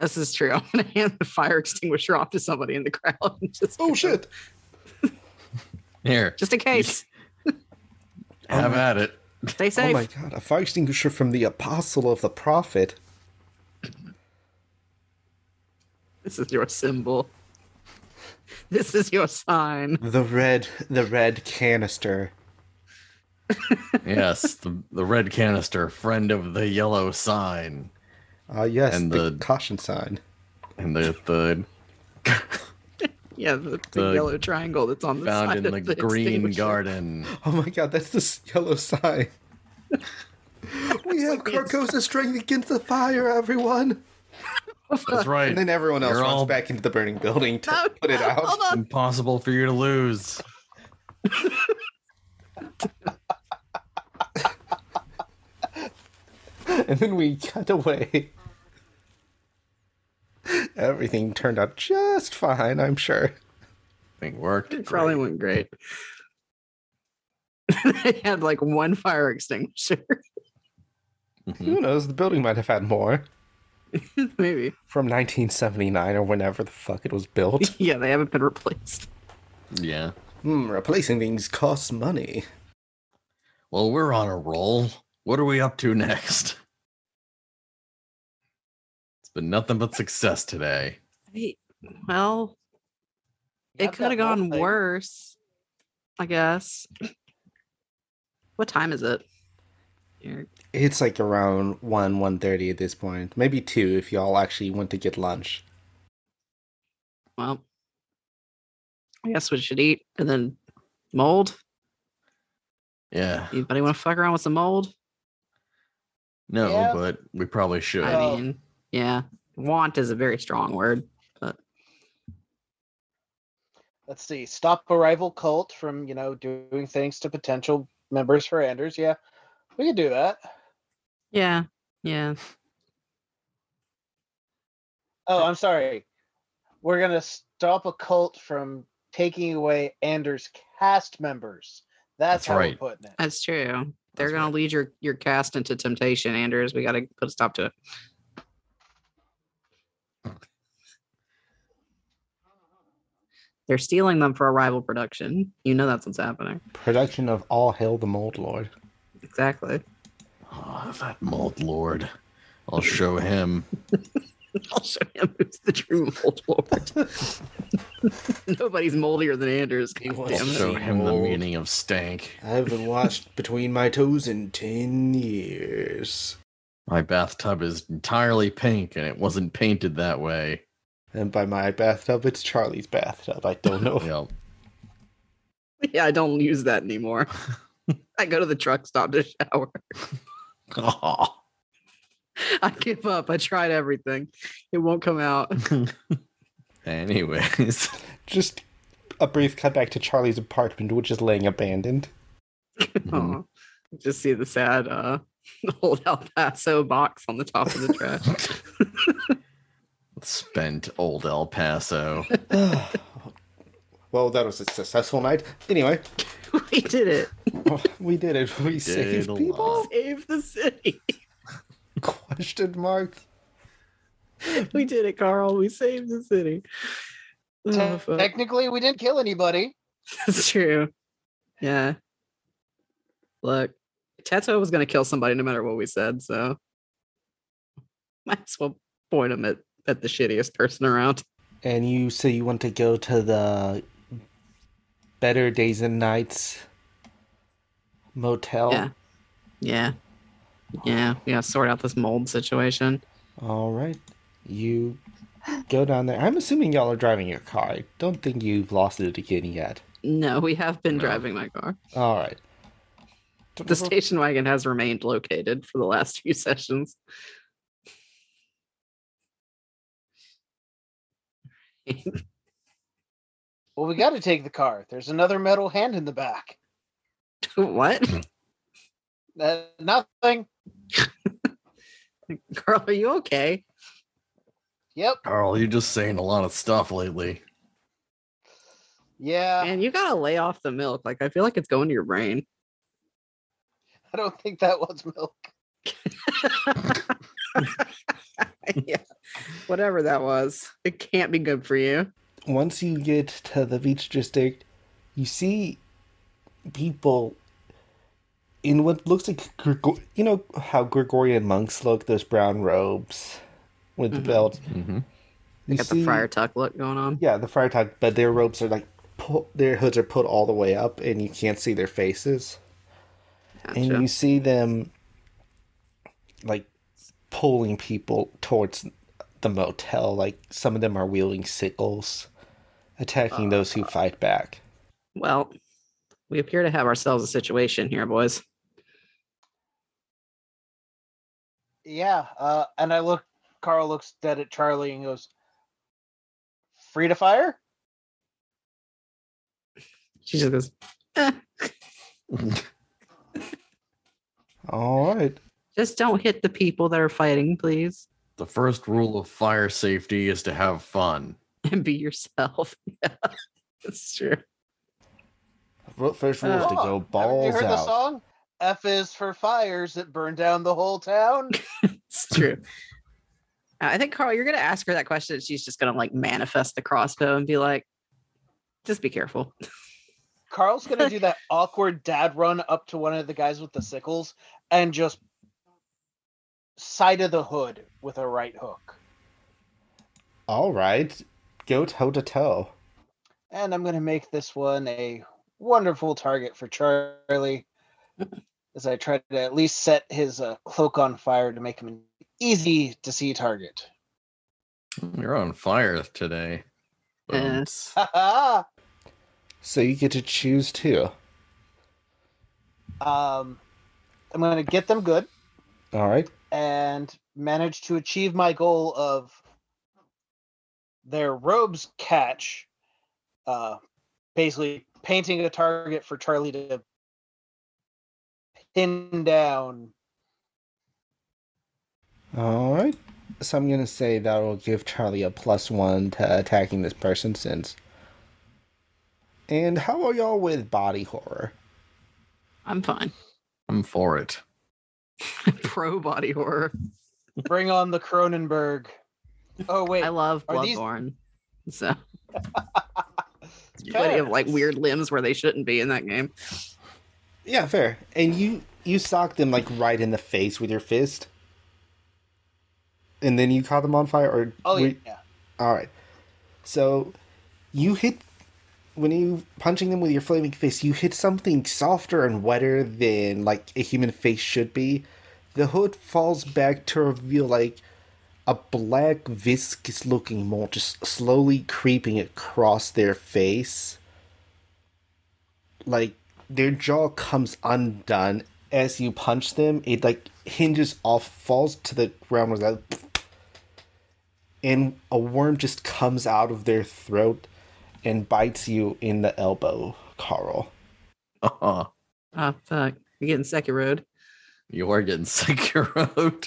This is true. I'm gonna hand the fire extinguisher off to somebody in the crowd. and Just,
Oh shit!
Here,
Just in case.
have at it.
Stay
Oh
safe.
my god, a fire extinguisher from the apostle of the prophet.
This is your symbol. This is your sign.
The red, the red canister.
Yes, the, the red canister, friend of the yellow sign,
Ah, yes,
And
the,
the-
caution sign.
and the the
Yeah, the, big
The-
yellow triangle that's on the
found
side
in
of
the green
extinguisher.
garden.
Oh my god, that's this yellow sign. we have
the inside.
Carcosa strength against the fire, everyone!
That's right.
And then everyone else
You're
runs
all-
back into the burning building to
No,
put it out.
Oh, Hold on.
Impossible for you to lose.
and then we cut away. Everything turned out just fine, I'm sure.
Thing worked.
It probably went great. they had like one fire extinguisher,
Mhm.
Who knows? The building might have had more
maybe.
from 1979 or whenever the fuck it was built.
Yeah, they haven't been replaced.
Yeah.
Hmm, replacing things costs money.
Well, we're on a roll. What are we up to next? It's been nothing but success today.
Well, it
Got
could
that
have gone
one thing.
worse, I guess. What time is it? Eric?
It's like around 1 1:30 at this point. Maybe 2 if y'all actually went to get lunch.
Well, I guess we should eat and then mold.
Yeah.
Anybody want to fuck around with some mold?
No,
Yeah.
but we probably should.
I
Well-
mean, yeah, want is a very strong word.
Let's see. Stop a rival cult from, you know, doing things to potential members for Anders. Yeah, we could do that.
Yeah, yeah.
Oh, I'm sorry. We're going to stop a cult from taking away Anders' cast members.
That's
That's, how
right.
we're putting it.
That's true. They're
That's
gonna
right.
lead your your cast into temptation, Anders. We gotta put a stop to it. They're stealing them for a rival production. You know that's what's happening.
Production of All Hail the Mold Lord.
Exactly.
Oh, that mold lord. I'll show him.
I'll show him who's the true mold lord. Nobody's moldier than Anders.
He
God
was
damn
I'll
it.
show him the
Mold.
meaning of stank.
I haven't washed between my toes in 10 years.
My bathtub is entirely pink and it wasn't painted that way.
And by my bathtub, it's Charlie's bathtub. I don't
Oh.
know.
Yep.
Yeah, I don't use that anymore. I go to the truck stop to shower. I give up. I tried everything. It won't come out.
Anyways,
Just a brief cutback to Charlie's apartment, which is laying abandoned.
Mhm.
Aw. Just see the sad uh old El Paso box on the top of the trash.
spent old El Paso.
well, that was a successful night. Anyway,
we did it.
we did it. We saved
a
people?
lot.
Save the city.
Question mark.
We did it, Carl. We saved the city. Oh,
Te-
fuck.
Technically, we didn't kill anybody.
That's true. Yeah. Look, Tetsuo was gonna kill somebody no matter what we said, so Might as well point them at, at the shittiest person around.
And you say you want to go to the Better Days and Nights motel.
Yeah. Yeah. Yeah. We gotta sort out this mold situation.
All right. You go down there. I'm assuming y'all are driving your car. I don't think you've lost it again yet.
No, we have been
No.
driving my car.
All right.
The station wagon has remained located for the last few sessions.
Well, we got to take the car. There's another metal hand in the back.
what?
Uh, nothing.
Girl, are you okay?
Yep.
Carl, you're just saying a lot of stuff lately.
Yeah.
And you gotta lay off the milk. Like I feel like it's going to your brain.
I don't think that was milk.
yeah. Whatever that was. It can't be good for you.
once you get to the beach district, you see people in what looks like Grigor- you know how Gregorian monks look those brown robes with the
Mhm.
belt.
Mhm.
You
You
got
see-
the friar tuck look going on.
Yeah, the friar tuck, but their robes are like pull, their hoods are put all the way up, and you can't see their faces.
Gotcha.
and you see them like pulling people towards the motel like some of them are wielding sickles attacking those
Uh.
who fight back
Well, we appear to have ourselves a situation here, boys.
Yeah. Uh, and I look. Carl looks dead at Charlie and goes, "Free to fire."
She just goes,
all right
just don't hit the people that are fighting, please,
The first rule of fire safety is to have fun.
and be yourself. yeah, that's true.
Ru- first rule is to
Oh,
go
Haven't you
balls
heard the
out
song? F is for fires that burn down the whole town.
It's true. Uh, I think Carl, you're gonna ask her that question. and She's just gonna like manifest the crossbow and be like, just be careful.
Carl's gonna do that awkward dad run up to one of the guys with the sickles and just side of the hood with a right hook.
all right go toe to toe
And I'm gonna make this one a wonderful target for Charlie as I try to at least set his uh, cloak on fire to make him an easy to see target.
You're on fire today.
Yeah.
Booms.
Haha.
so you get to choose two
um, I'm gonna get them good.
all right
and managed to achieve my goal of their robes catch, uh, basically painting a target for Charlie to pin down.
all right so i'm gonna say that will give charlie a plus one to attacking this person since and how are y'all with body horror
I'm fine.
I'm for it.
Pro body horror.
Bring on the Cronenberg. Oh wait,
I love
are these-
Bloodborne. So
it's
plenty
better.
of like weird limbs where they shouldn't be in that game.
Yeah, fair. And you you sock them like right in the face with your fist, and then you caught them on fire. Or
Oh
were-
yeah,
all right. So you hit when you punching them with your flaming fist. You hit something softer and wetter than like a human face should be. The hood falls back to reveal like a black viscous looking mold just slowly creeping across their face like their jaw comes undone as you punch them it like hinges off falls to the ground with that and a worm just comes out of their throat and bites you in the elbow carl
Uh-huh.
Oh fuck. You're getting second road.
You are getting sick, your road.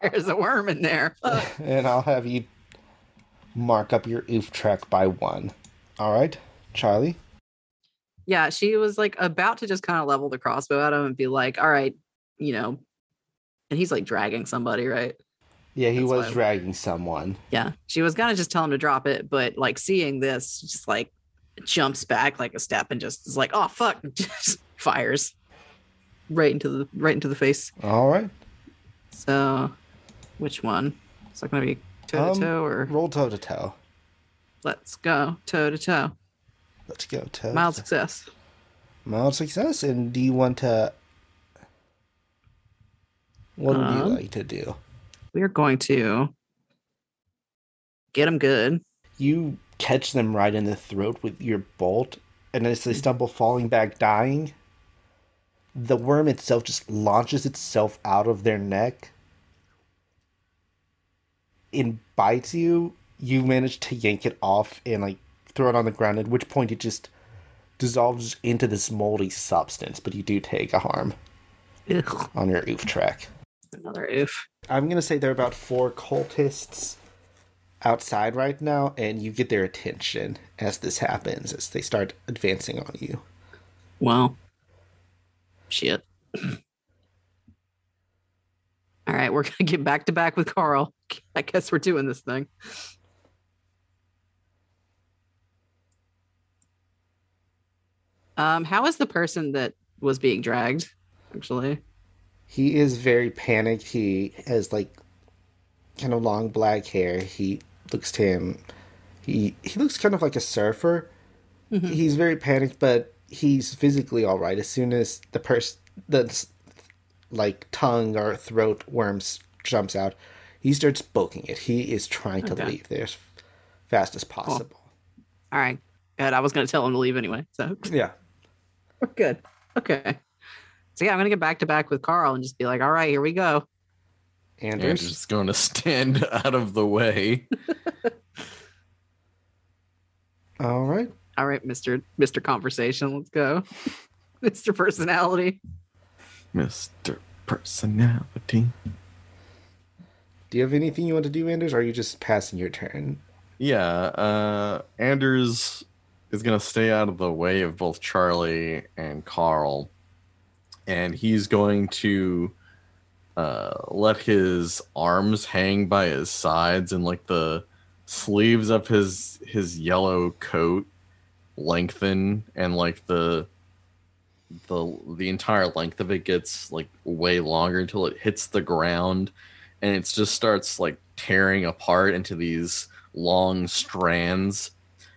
There's a worm in there. Fuck.
and i'll have you mark up your oof track by one all right charlie
yeah, she was like about to just kind of level the crossbow at him and be like, all right, you know. And he's like dragging somebody, right?
yeah he
That's
was
why-
dragging someone
Yeah. She was gonna just tell him to drop it, but like seeing this, she just like jumps back like a step and just is like, oh fuck, just fires right into the right into the face.
all right
So Which one? Is that going to be toe
Um,
to toe or
Roll toe to toe.
let's go toe to toe?
Let's go toe. to
Mild
toe.
success.
Mild success. And do you want to? What would you
Um,
like to do?
We are going to get him good.
You catch them right in the throat with your bolt, and as they stumble, falling back, dying, the worm itself just launches itself out of their neck and bites you. You manage to yank it off and like throw it on the ground, at which point it just dissolves into this moldy substance, but you do take a harm
Ugh,
on your oof track.
another oof.
I'm gonna say there are about four cultists outside right now, and you get their attention as this happens, as they start advancing on you.
Well, shit. All right, we're going to get back to back with Carl. I guess we're doing this thing. Um, how is the person that was being dragged? Actually,
He is very panicked. He has like kind of long black hair. He looks to him. He he looks kind of like a surfer. He's very panicked, but he's physically all right. As soon as the person, the s- like tongue or throat worms jumps out, he starts poking it. He is trying to
Okay.
leave there as fast as possible.
all right, good. I was going to tell him to leave anyway, so
Yeah.
we're good. Okay. So yeah, I'm going to get back to back with Carl and just be like, "All right, here we go."
Andrew's
Anders,
just going to stand out of the way.
all right.
All right, Mister Mister Conversation, let's go, Mister Personality.
Mr. Personality.
Do you have anything you want to do, Anders? Or are you just passing your turn?
Yeah, uh, Anders is going to stay out of the way of both Charlie and Carl. And he's going to uh, let his arms hang by his sides and like the sleeves of his his yellow coat lengthen and like the the the entire length of it gets like way longer until it hits the ground and it just starts like tearing apart into these long strands,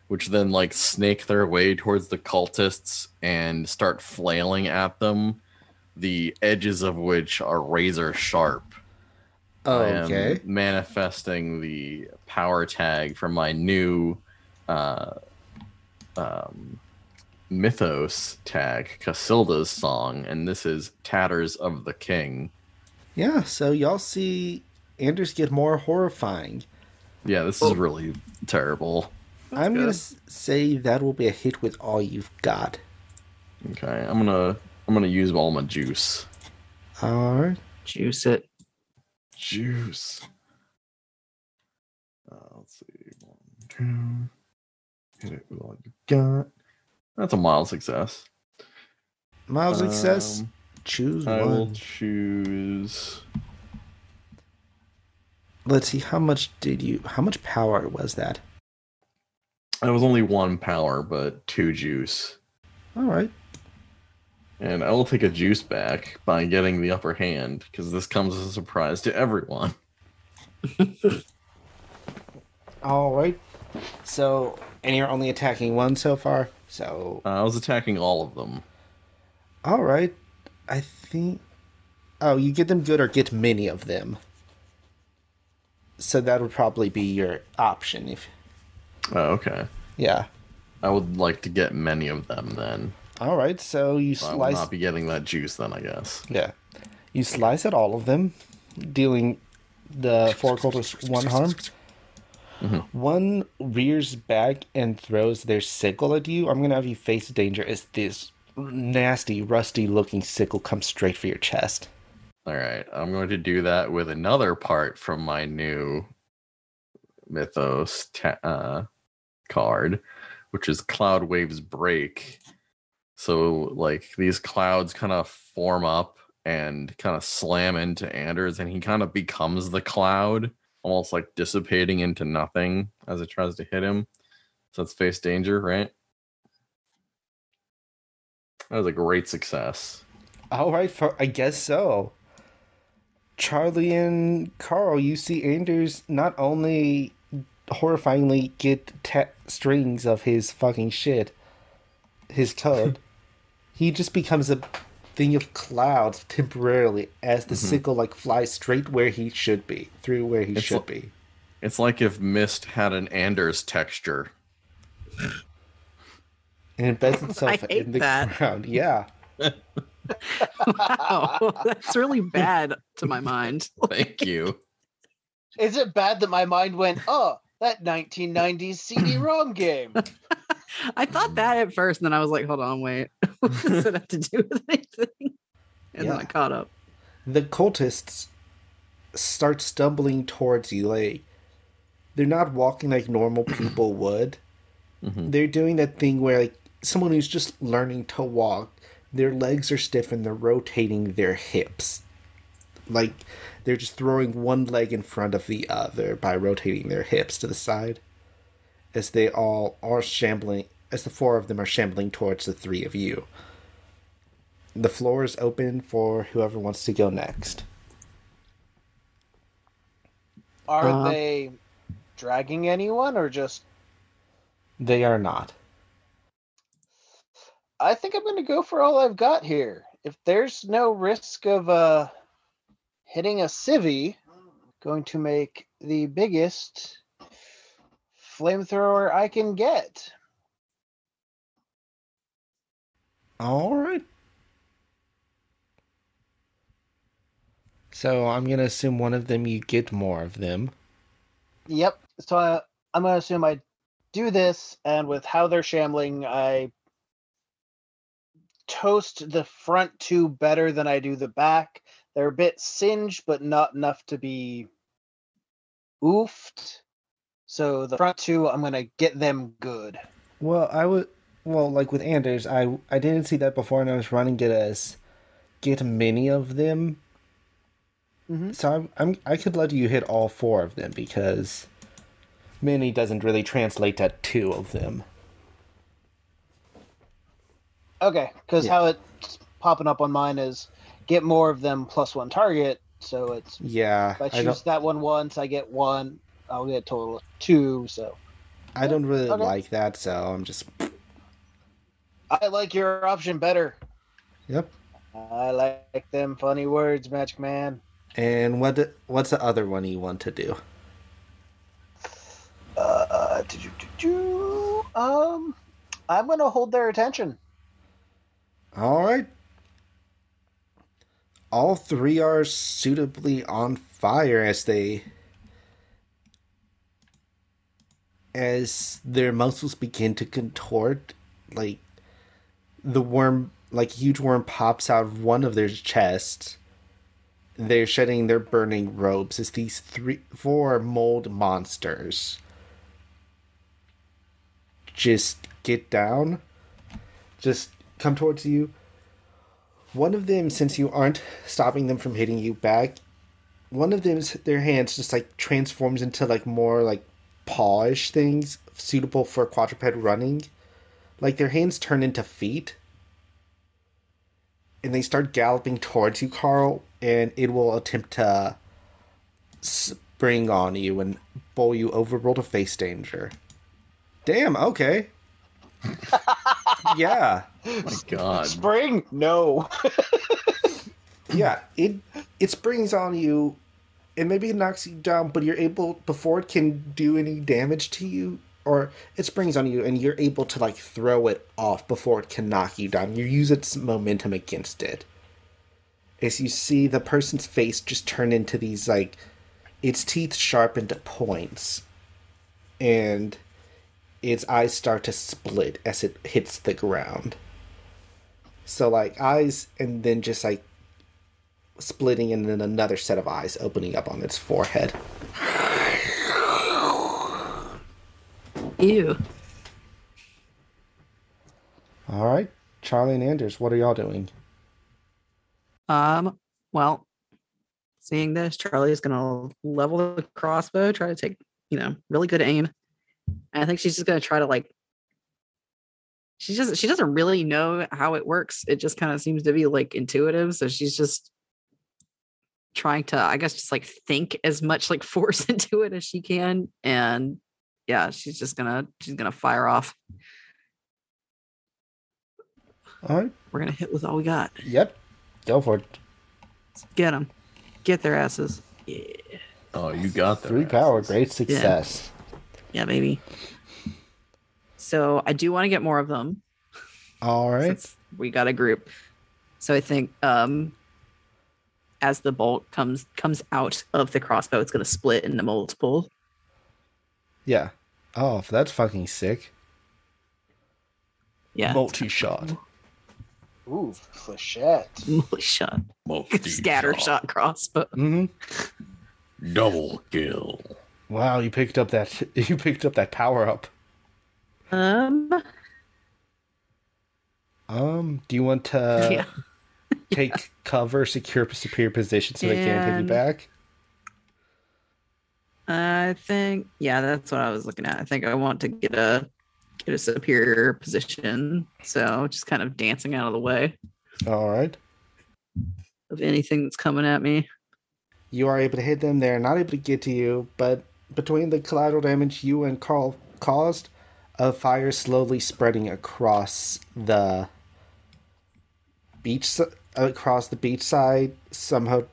which then like snake their way towards the cultists and start flailing at them, the edges of which are razor sharp.
Oh,
I am
okay.
manifesting the power tag from my new uh, um, mythos tag, Casilda's song, and this is Tatters of the King.
Yeah, so y'all see Anders get more horrifying.
Yeah, this is really terrible.
I'm
good.
gonna s- say that will be a hit with all you've got.
Okay, I'm gonna I'm gonna use all my juice.
All right.
Juice it.
Juice. Uh, let's see. One, two. Hit it with all you got. That's a mild success.
Mild success.
Um,
Choose
I
one.
will choose.
Let's see. How much did you? How much power was that?
It was only one power, but two juice.
All right.
And I will take a juice back by getting the upper hand, because this comes as a surprise to everyone.
All right. So, and you're only attacking one so far. So,
Uh, I was attacking all of them.
all right. I think. Oh, you get them good or get many of them. So that would probably be your option. If
Oh, okay.
yeah.
I would like to get many of them then.
All right. So you
I will
slice.
not be getting that juice then, I guess.
Yeah. You slice at all of them, dealing the four cultists one harm. One rears back and throws their sickle at you. I'm going to have you face danger as this nasty, rusty looking sickle comes straight for your chest.
All right, I'm going to do that with another part from my new Mythos ta- uh, card, which is Cloud Waves Break. So, like, these clouds kind of form up and kind of slam into Anders, and he kind of becomes the cloud, almost like dissipating into nothing as it tries to hit him. So, that's face danger, right? That was a great success.
All right, for, I guess so. Charlie and Carl, you see Anders not only horrifyingly get ta- strings of his fucking shit, his toad, he just becomes a thing of clouds temporarily as the sickle like flies straight where he should be, through where he
Mm-hmm. It's
should
l-
be.
It's like if mist had an Anders texture.
And embeds itself
hate
in the
that.
ground. Yeah.
Wow, that's really bad to my mind.
Thank you.
Is it bad that my mind went, oh, that 1990s CD-ROM game?
I thought that at first, and then I was like, hold on, wait. what does it have to do with anything? And then
Yeah.
I caught up.
the cultists start stumbling towards you like they're not walking like normal people would
Mhm.
they're doing that thing where like someone who's just learning to walk their legs are stiff and they're rotating their hips like they're just throwing one leg in front of the other by rotating their hips to the side as they all are shambling as the four of them are shambling towards the three of you the floor is open for whoever wants to go next
Are
Uh-huh.
they dragging anyone or just
They are not.
I think I'm going to go for all I've got here. If there's no risk of uh, hitting a civvy, going to make the biggest flamethrower I can get.
All right. So I'm gonna assume one of them you get more of them.
Yep. So I, I'm going to assume I do this, and with how they're shambling, I toast the front two better than I do the back. They're a bit singed, but not enough to be oofed. So the front two, I'm going to get them good.
Well, I would. Well, like with Anders, I I didn't see that before, and I was running it as get many of them.
Mhm.
So I'm, I'm I could let you hit all four of them because many doesn't really translate to two of them.
Okay, because
Yeah.
how it's popping up on mine is get more of them plus one target. So it's
Yeah,
if I
I
choose
don't
that one once, I get one. I'll get a total of two. So
I don't really
Okay.
like that, so I'm just
I like your option better.
yep.
I like them funny words, Magic Man.
And what the- what's the other one you want to do?
Uh, do-do-do-do. um, I'm gonna hold their attention.
All right. All three are suitably on fire as they as their muscles begin to contort like the worm like a huge worm pops out of one of their chests. They're shedding their burning robes as these three four mold monsters just get down just come towards you. One of them, since you aren't stopping them from hitting you back, one of them's their hands just like transforms into like more like pawish things suitable for quadruped running. Like their hands turn into feet. And they start galloping towards you, Carl, and it will attempt to spring on you and bowl you over. Roll to face danger. Damn, okay. yeah.
My God.
Spring? No.
yeah it it springs on you and maybe it knocks you down but you're able before it can do any damage to you or it springs on you and you're able to like throw it off before it can knock you down you use its momentum against it as you see the person's face just turn into these like its teeth sharp into points and its eyes start to split as it hits the ground so like eyes and then just like splitting and then another set of eyes opening up on its forehead.
Ew.
All right, Charlie and Anders, what are y'all doing?
Um, well, seeing this, Charlie is gonna level the crossbow, try to take, you know, really good aim. And I think she's just gonna try to like she doesn't she doesn't really know how it works. It just kind of seems to be like intuitive. So she's just trying to, I guess, just like think as much like force into it as she can. And yeah, she's just gonna she's gonna fire off.
All right.
We're gonna hit with all we got.
Yep. Go for it.
Let's get them, get their asses. Yeah,
Oh, you got that.
Three power. Great success.
yeah, baby. So I do want to get more of them.
All right.
since we got a group. So I think um as the bolt comes comes out of the crossbow, it's gonna split into multiple.
Yeah. Oh, that's fucking sick.
Yeah.
Multi shot.
Ooh, flechette.
Holy shot. Scatter shot crossbow.
hmm
Double kill.
Wow, you picked up that you picked up that power up.
Um
Um, do you want to
yeah.
take cover, secure superior position so they can't hit you
And-
back?
I think yeah, that's what I was looking at. I think I want to get a get a superior position. So just kind of dancing out of the way
All right.
of anything that's coming at me.
You are able to hit them. They're not able to get to you, but between the collateral damage you and Carl caused, a fire slowly spreading across the beach, s- across the beachside. Somehow,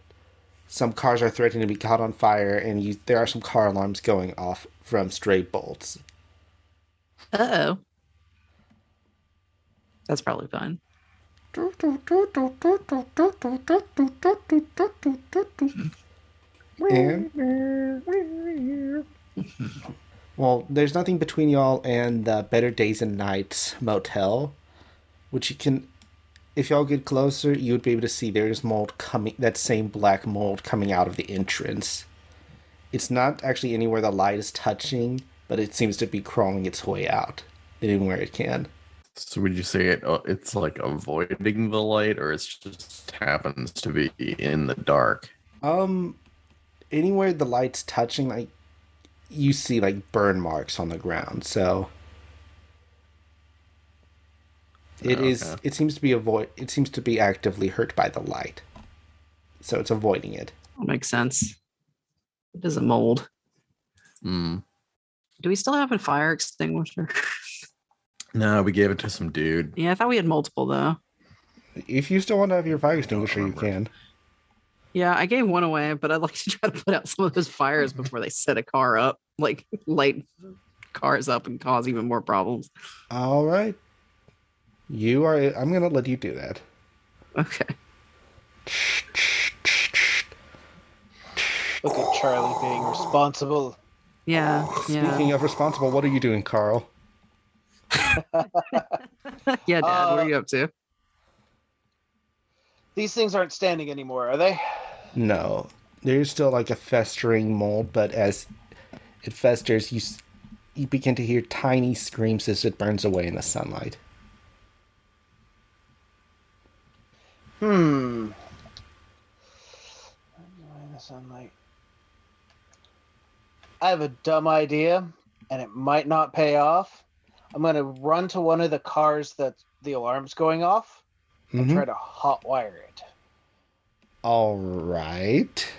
some cars are threatening to be caught on fire, and you, there are some car alarms going off from stray bolts.
Uh oh. That's probably fine.
And- well, there's nothing between y'all and the Better Days and Nights motel, which you can, if y'all get closer, you would be able to see there's mold coming, that same black mold coming out of the entrance. It's not actually anywhere the light is touching, but it seems to be crawling its way out anywhere it can.
So would you say it? uh, It's like avoiding the light, or it's just happens to be in the dark.
Um, anywhere the light's touching, like you see like burn marks on the ground. So it is.
Oh, Okay.
It seems to be avoid. It seems to be actively hurt by the light. So it's avoiding it.
That makes sense. It is a mold.
Mm.
Do we still have a fire extinguisher?
No, we gave it to some dude.
yeah, I thought we had multiple though.
If you still want to have your fire extinguisher, you
remember.
can.
Yeah, I gave one away, but I'd like to try to put out some of those fires before they set a car up, like light cars up and cause even more problems.
All right. You are. I'm gonna let you do that.
Okay.
Look at Charlie being responsible.
Yeah.
Oh,
Yeah.
Speaking of responsible, what are you doing, Carl?
yeah, Dad, what
Uh,
are you up to?
These things aren't standing anymore, are they?
No, there's still like a festering mold, but as it festers, you s- you begin to hear tiny screams as it burns away in the sunlight.
Hmm. Why the sunlight? I have a dumb idea, and it might not pay off. I'm gonna run to one of the cars that the alarm's going off and
Mhm.
try to hotwire it.
All right.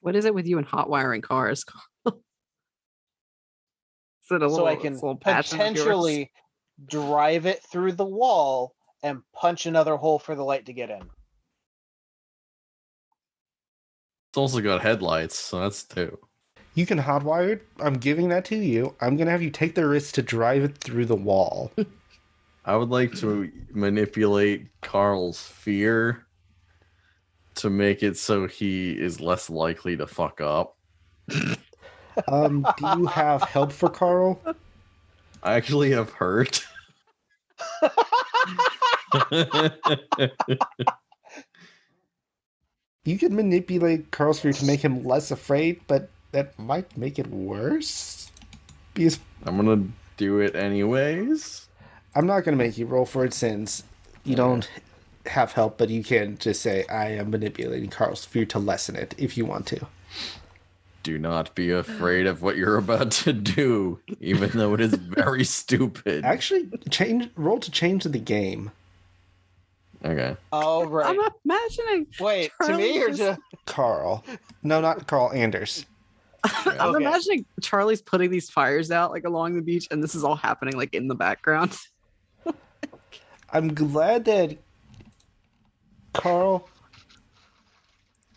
What is it with you and hot wiring cars? is it a little,
so I
it's a
can
little passion of yours?
potentially drive it through the wall and punch another hole for the light to get in.
It's also got headlights, so that's two.
You can hotwire it. I'm giving that to you. I'm gonna have you take the risk to drive it through the wall.
I would like to manipulate Carl's fear to make it so he is less likely to fuck up.
Um, do you have help for Carl?
I actually have hurt.
You can manipulate Carl's fear to make him less afraid, but that might make it worse. Because
I'm gonna do it anyways.
I'm not going to make you roll for it since you don't have help, but you can just say, I am manipulating Carl's fear to lessen it if you want to.
Do not be afraid of what you're about to do, even though it is very stupid.
Actually, change roll to change the game.
Okay.
All right.
I'm imagining.
Wait, to
Charlie's
me or
just-
just
Carl. No, not Carl Anders.
I'm
Okay.
imagining Charlie's putting these fires out like along the beach, and this is all happening like in the background.
I'm glad that Carl.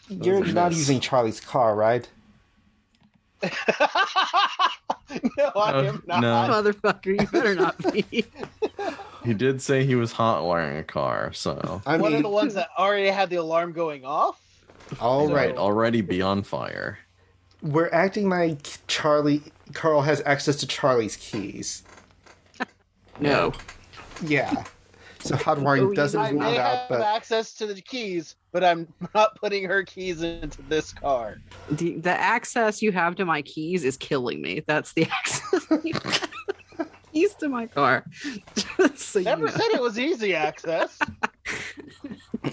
was
You're
a
not
miss.
using Charlie's car, right?
no, I
No,
am not.
no.
Motherfucker, you better not be.
He did say he was hot wiring a car, so
I
One of the
mean,
ones that already had the alarm going off.
all
It
right.
might already be on fire.
We're acting like Charlie. Carl has access to Charlie's keys.
No.
Yeah. So
Oh,
hotwiring
you
I
doesn't rule
may
it
have
out, but
access to the keys, but I'm not putting her keys into this car.
The, the access you have to my keys is killing me. That's the access you have. keys to my car. Just so you
Never
know.
said it was easy access.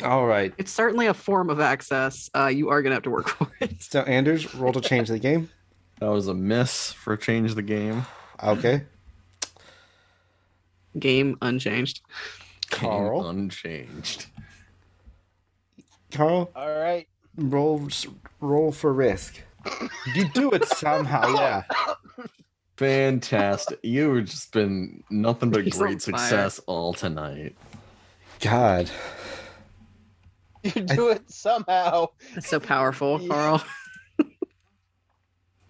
all right.
It's certainly a form of access. Uh, you are gonna have to work for it.
So Anders, roll to change the game.
That was a miss for change the game.
Okay.
Game unchanged.
Game
Carl?
unchanged.
Carl,
All right.
roll roll for risk. You do it somehow, yeah.
Fantastic. You've just been nothing but
He's on
great
fire.
success all tonight.
God.
You do it somehow.
That's so powerful,
Yeah.
Carl.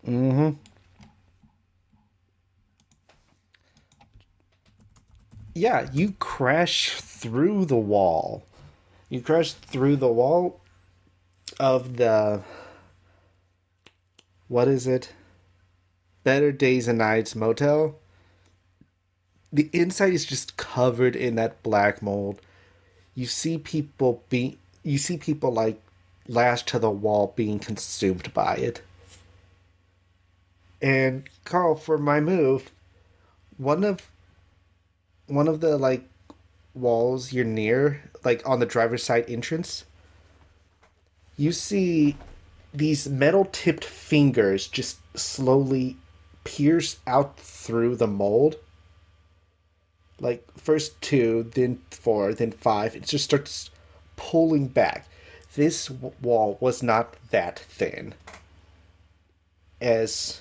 Mm-hmm. Yeah, you crash through the wall. You crash through the wall of the what is it? Better Days and Nights Motel. The inside is just covered in that black mold. You see people be you see people like lashed to the wall being consumed by it. And Carl, for my move, one of one of the like walls you're near, like on the driver's side entrance, you see these metal tipped fingers just slowly pierce out through the mold. Like first two, then four, then five. It just starts pulling back. This w- wall was not that thin. As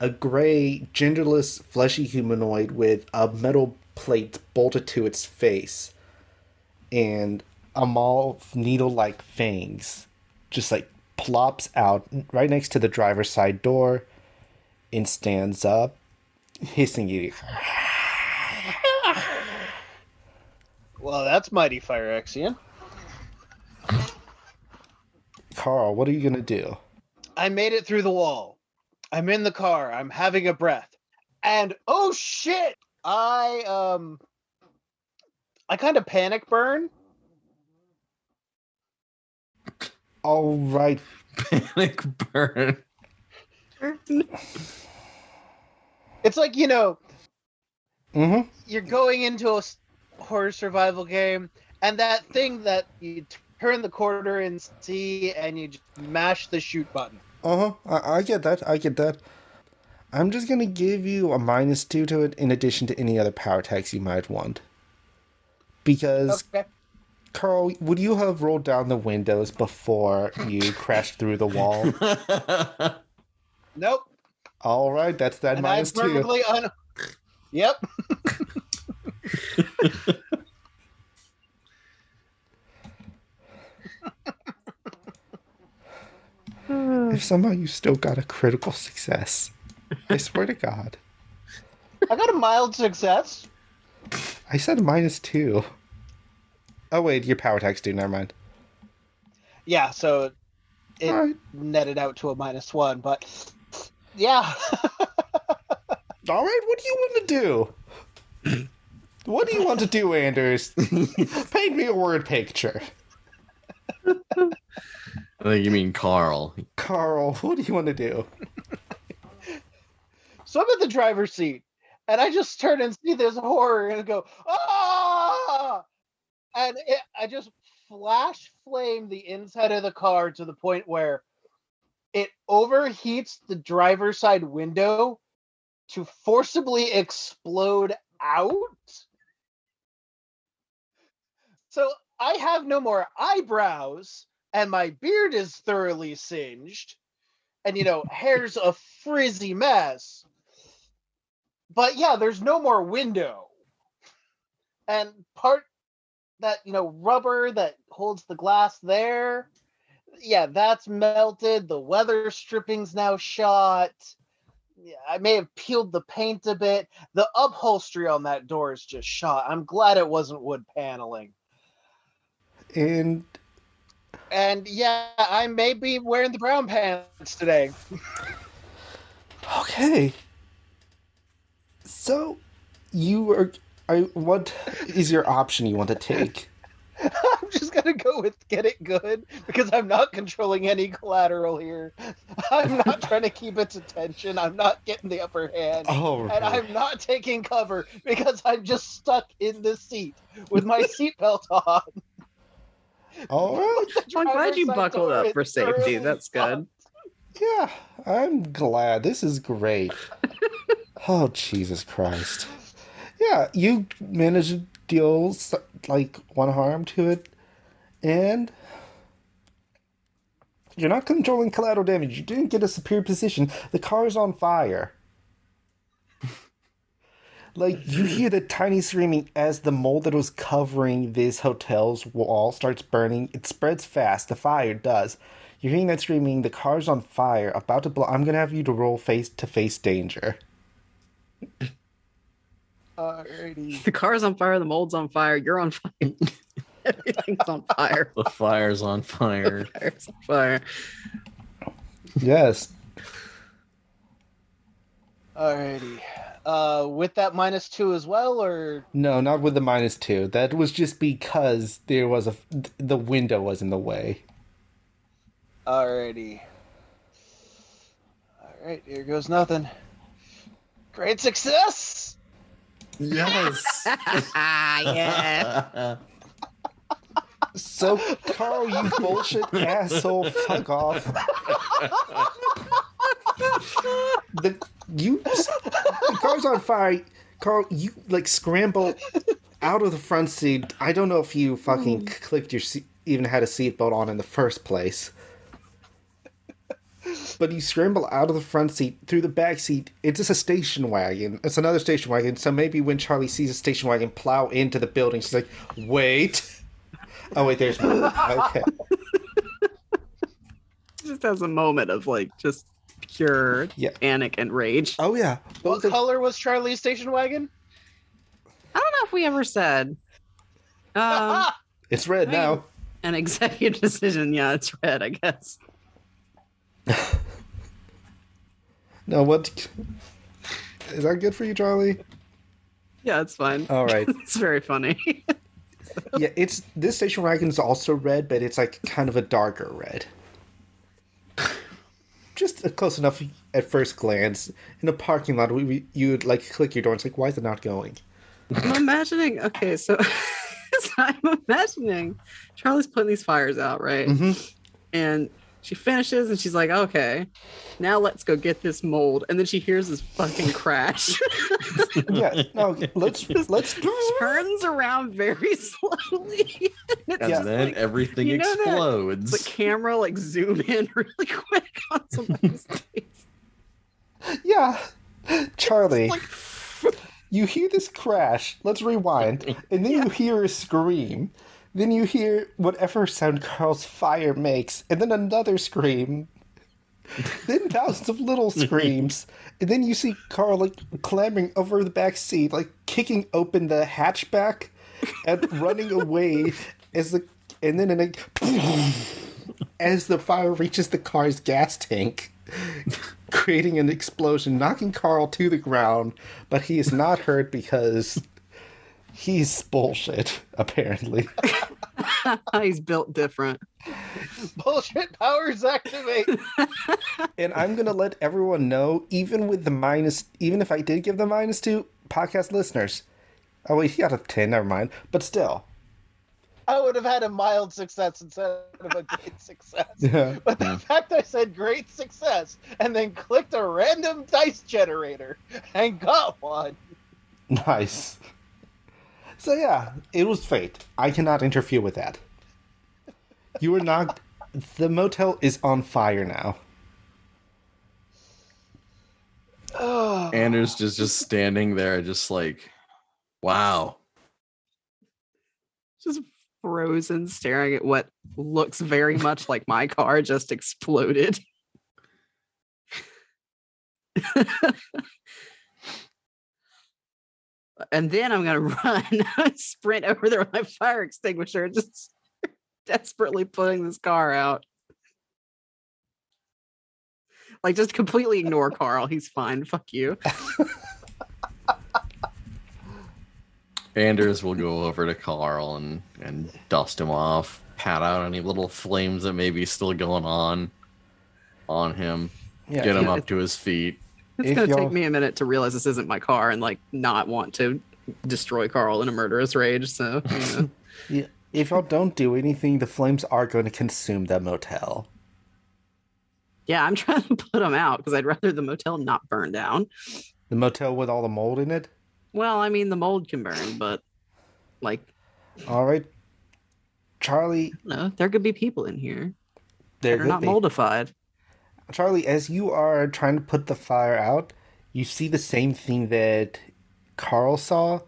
a gray, genderless, fleshy humanoid with a metal plate bolted to its face and a maul needle like fangs just like plops out right next to the driver's side door and stands up, hissing at you.
Well, that's mighty fire Exion.
Carl, what are you gonna do?
I made it through the wall. I'm in the car. I'm having a breath. And oh shit! I um I kind of panic burn.
All right,
Panic burn.
It's like, you know,
mm-hmm.
you're going into a s- horror survival game and that thing that you turn the corner and see and you just mash the shoot button.
uh-huh. I-, I get that. I get that. I'm just gonna give you a minus two to it in addition to any other power attacks you might want. Because
Okay.
Carl, would you have rolled down the windows before you crashed through the wall?
Nope.
All right, that's that
And
minus
I'm
two.
perfectly un Yep.
If somehow you still got a critical success, I swear to God,
I got a mild success.
I said minus two. Oh wait, your power attacks do. Never mind.
Yeah, so it
All right,
netted out to a minus one, but yeah.
all right. What do you want to do? What do you want to do, Anders? Paint me a word picture,
I think you mean Carl.
Carl. What do you want to do?
So I'm at the driver's seat, and I just turn and see this horror and go, ah! And it, I just flash flame the inside of the car to the point where it overheats the driver's side window to forcibly explode out. So I have no more eyebrows, and my beard is thoroughly singed, and you know, hair's a frizzy mess. But yeah, there's no more window. And part that, you know, rubber that holds the glass there, yeah, that's melted. The weather stripping's now shot. Yeah, I may have peeled the paint a bit. The upholstery on that door is just shot. I'm glad it wasn't wood paneling.
And
And yeah, I may be wearing the brown pants today.
okay. So you are I what is your option you want to take?
I'm just gonna go with get it good because I'm not controlling any collateral here. I'm not trying to keep its attention. I'm not getting the upper hand.
Oh,
And I'm not taking cover because I'm just stuck in this seat with my seatbelt on.
all right.
I'm glad you
Driver's side
buckled
door
up
is
for safety.
thoroughly
That's
locked.
good.
Yeah, I'm glad. This is great. oh, Jesus Christ. Yeah, you managed to deal s- like one harm to it, and you're not controlling collateral damage. You didn't get a superior position. The car is on fire. like, you hear the tiny screaming as the mold that was covering this hotel's wall starts burning. It spreads fast, the fire does. You're hearing that screaming, the car's on fire, about to blow. I'm gonna have you to roll face to face danger.
Alrighty.
The car's on fire. The mold's on fire. You're on fire. Everything's on fire.
The fire's on fire.
Fire's on fire.
Yes.
Alrighty. Uh, with that minus two as well, or
No, not with the minus two. That was just because there was a the window was in the way.
alrighty. Alright, here goes nothing. Great success!
yes.
yeah.
So, Carl, you bullshit asshole, fuck off. The you the car's on fire. Carl, you like scramble out of the front seat. I don't know if you fucking clicked your seat, even had a seatbelt on in the first place. But you scramble out of the front seat through the back seat. It's just a station wagon. It's another station wagon. So maybe when Charlie sees a station wagon plow into the building, she's like, "Wait." Oh wait, there's okay.
Just has a moment of like just pure
Yeah.
panic and rage.
Oh yeah,
What
both of
color was Charlie's station wagon?
I don't know if we ever said. Um,
it's red now.
an executive decision. Yeah, it's red, I guess.
No, what is that good for you, Charlie?
Yeah, it's fine.
All right.
It's very funny.
yeah, it's this station wagon is also red, but it's like kind of a darker red. Just uh, close enough at first glance. In a parking lot, we, we you would like click your door and it's like, why is it not going?
I'm imagining. Okay, so, so I'm imagining Charlie's putting these fires out, right?
Mhm.
And she finishes, and she's like, "Okay, now let's go get this mold." And then she hears this fucking crash.
yeah, no, let's let's
turns around very slowly. and it's
And
just
then
like,
everything
you know that-
explodes.
the camera like zoom in really quick on somebody's face.
yeah. Charlie,
Like,
you hear this crash. Let's rewind, and then you hear a scream. Then you hear whatever sound Carl's fire makes, and then another scream. then thousands of little screams, and then you see Carl like clambering over the back seat, like kicking open the hatchback and running away as the and then in a, as the fire reaches the car's gas tank, creating an explosion, knocking Carl to the ground, but he is not hurt because he's bullshit, apparently.
he's built different.
Bullshit powers activate.
and I'm gonna let everyone know, even with the minus, even if I did give the minus two podcast listeners. Oh wait, he got a ten. Never mind. But still,
I would have had a mild success instead of a great success.
Yeah.
But the
Yeah.
fact I said great success and then clicked a random dice generator and got one.
nice. So yeah, it was fate. I cannot interfere with that. You were not. the motel is on fire now.
Oh,
Anders just just standing there, just like, wow.
Just frozen, staring at what looks very much like my car just exploded. and then I'm gonna run, sprint over there with my fire extinguisher, just desperately putting this car out. Like, just completely ignore Carl. He's fine. Fuck you.
Anders will go over to Carl and and dust him off, pat out any little flames that may be still going on on him,
Yeah,
get him
yeah.
up to his feet.
It's
If
gonna
y'all-
take me a minute to realize this isn't my car and like not want to destroy Carl in a murderous rage. So you know.
Yeah, If y'all don't do anything, the flames are going to consume that motel.
yeah, I'm trying to put him out because I'd rather the motel not burn down.
The motel with all the mold in it.
Well, I mean the mold can burn, but like
All right, Charlie.
no, there could be people in here
There
that are
could
not
be.
moldified.
Charlie, as you are trying to put the fire out, you see the same thing that Carl saw.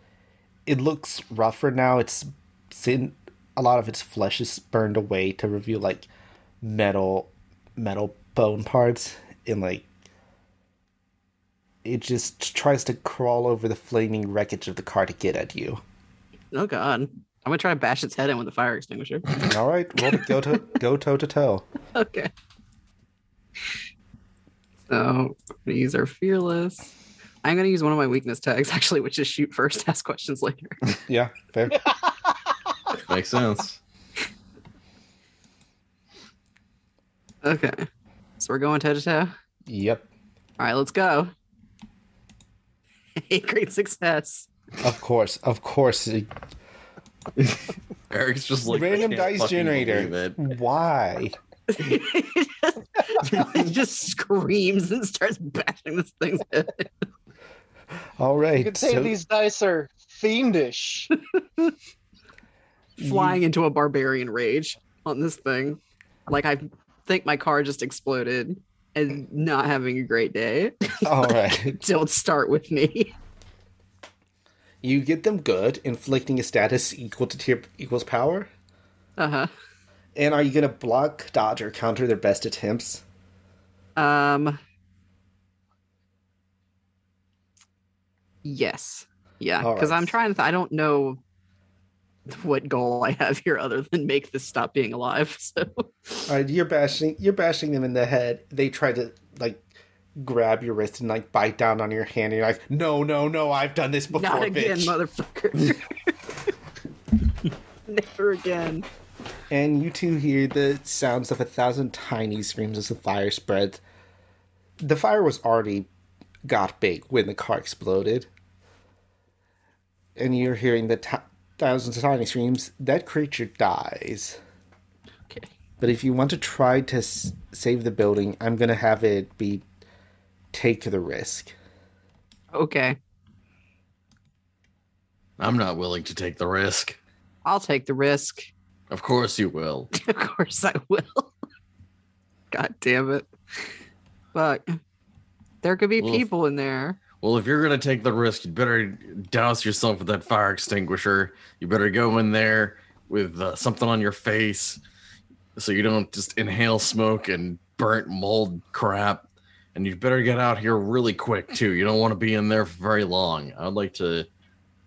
It looks rougher now. It's sin a lot of its flesh is burned away to reveal like metal metal bone parts and like it just tries to crawl over the flaming wreckage of the car to get at you.
Oh god. I'm gonna try to bash its head in with a fire extinguisher.
All right, roll to go to go toe to toe.
okay. So I'm gonna use our fearless. I'm gonna use one of my weakness tags actually, which is shoot first, ask questions later.
Yeah, fair.
Makes sense.
Okay. So we're going toe to toe.
yep.
All right, let's go. Hey, great success.
Of course, of course.
Eric's just like I
Random
can't
dice
fucking believe
generator.
it.
Why?
it just, screams and starts bashing this thing.
All right.
you could say
so
these dice are fiendish.
flying into a barbarian rage on this thing. Like I think my car just exploded and not having a great day.
All right.
Don't start with me.
You get them good, inflicting a status equal to tier equals power.
Uh-huh.
And are you gonna block, dodge, or counter their best attempts?
Um Yes. Yeah,
All
cuz
right.
I'm trying to th- I don't know what goal I have here other than make this stop being alive.
All
So
right, you're bashing you're bashing them in the head. They try to like grab your wrist and like bite down on your hand and you're like, No, no, no, I've done this before,
not again,
bitch.
motherfucker. Never again.
and you two hear the sounds of a thousand tiny screams as the fire spreads. The fire was already got big when the car exploded. And you're hearing the t- thousands of tiny screams. That creature dies.
Okay.
But if you want to try to s- save the building, I'm going to have it be take the risk.
Okay.
I'm not willing to take the risk.
I'll take the risk.
Of course you will.
Of course I will. God damn it. Fuck. There could be
Oof.
people in there.
Well, if you're gonna take the risk, you better douse yourself with that fire extinguisher. You better go in there with uh, something on your face, so you don't just inhale smoke and burnt mold crap. And you better get out here really quick too. You don't want to be in there for very long. I'd like to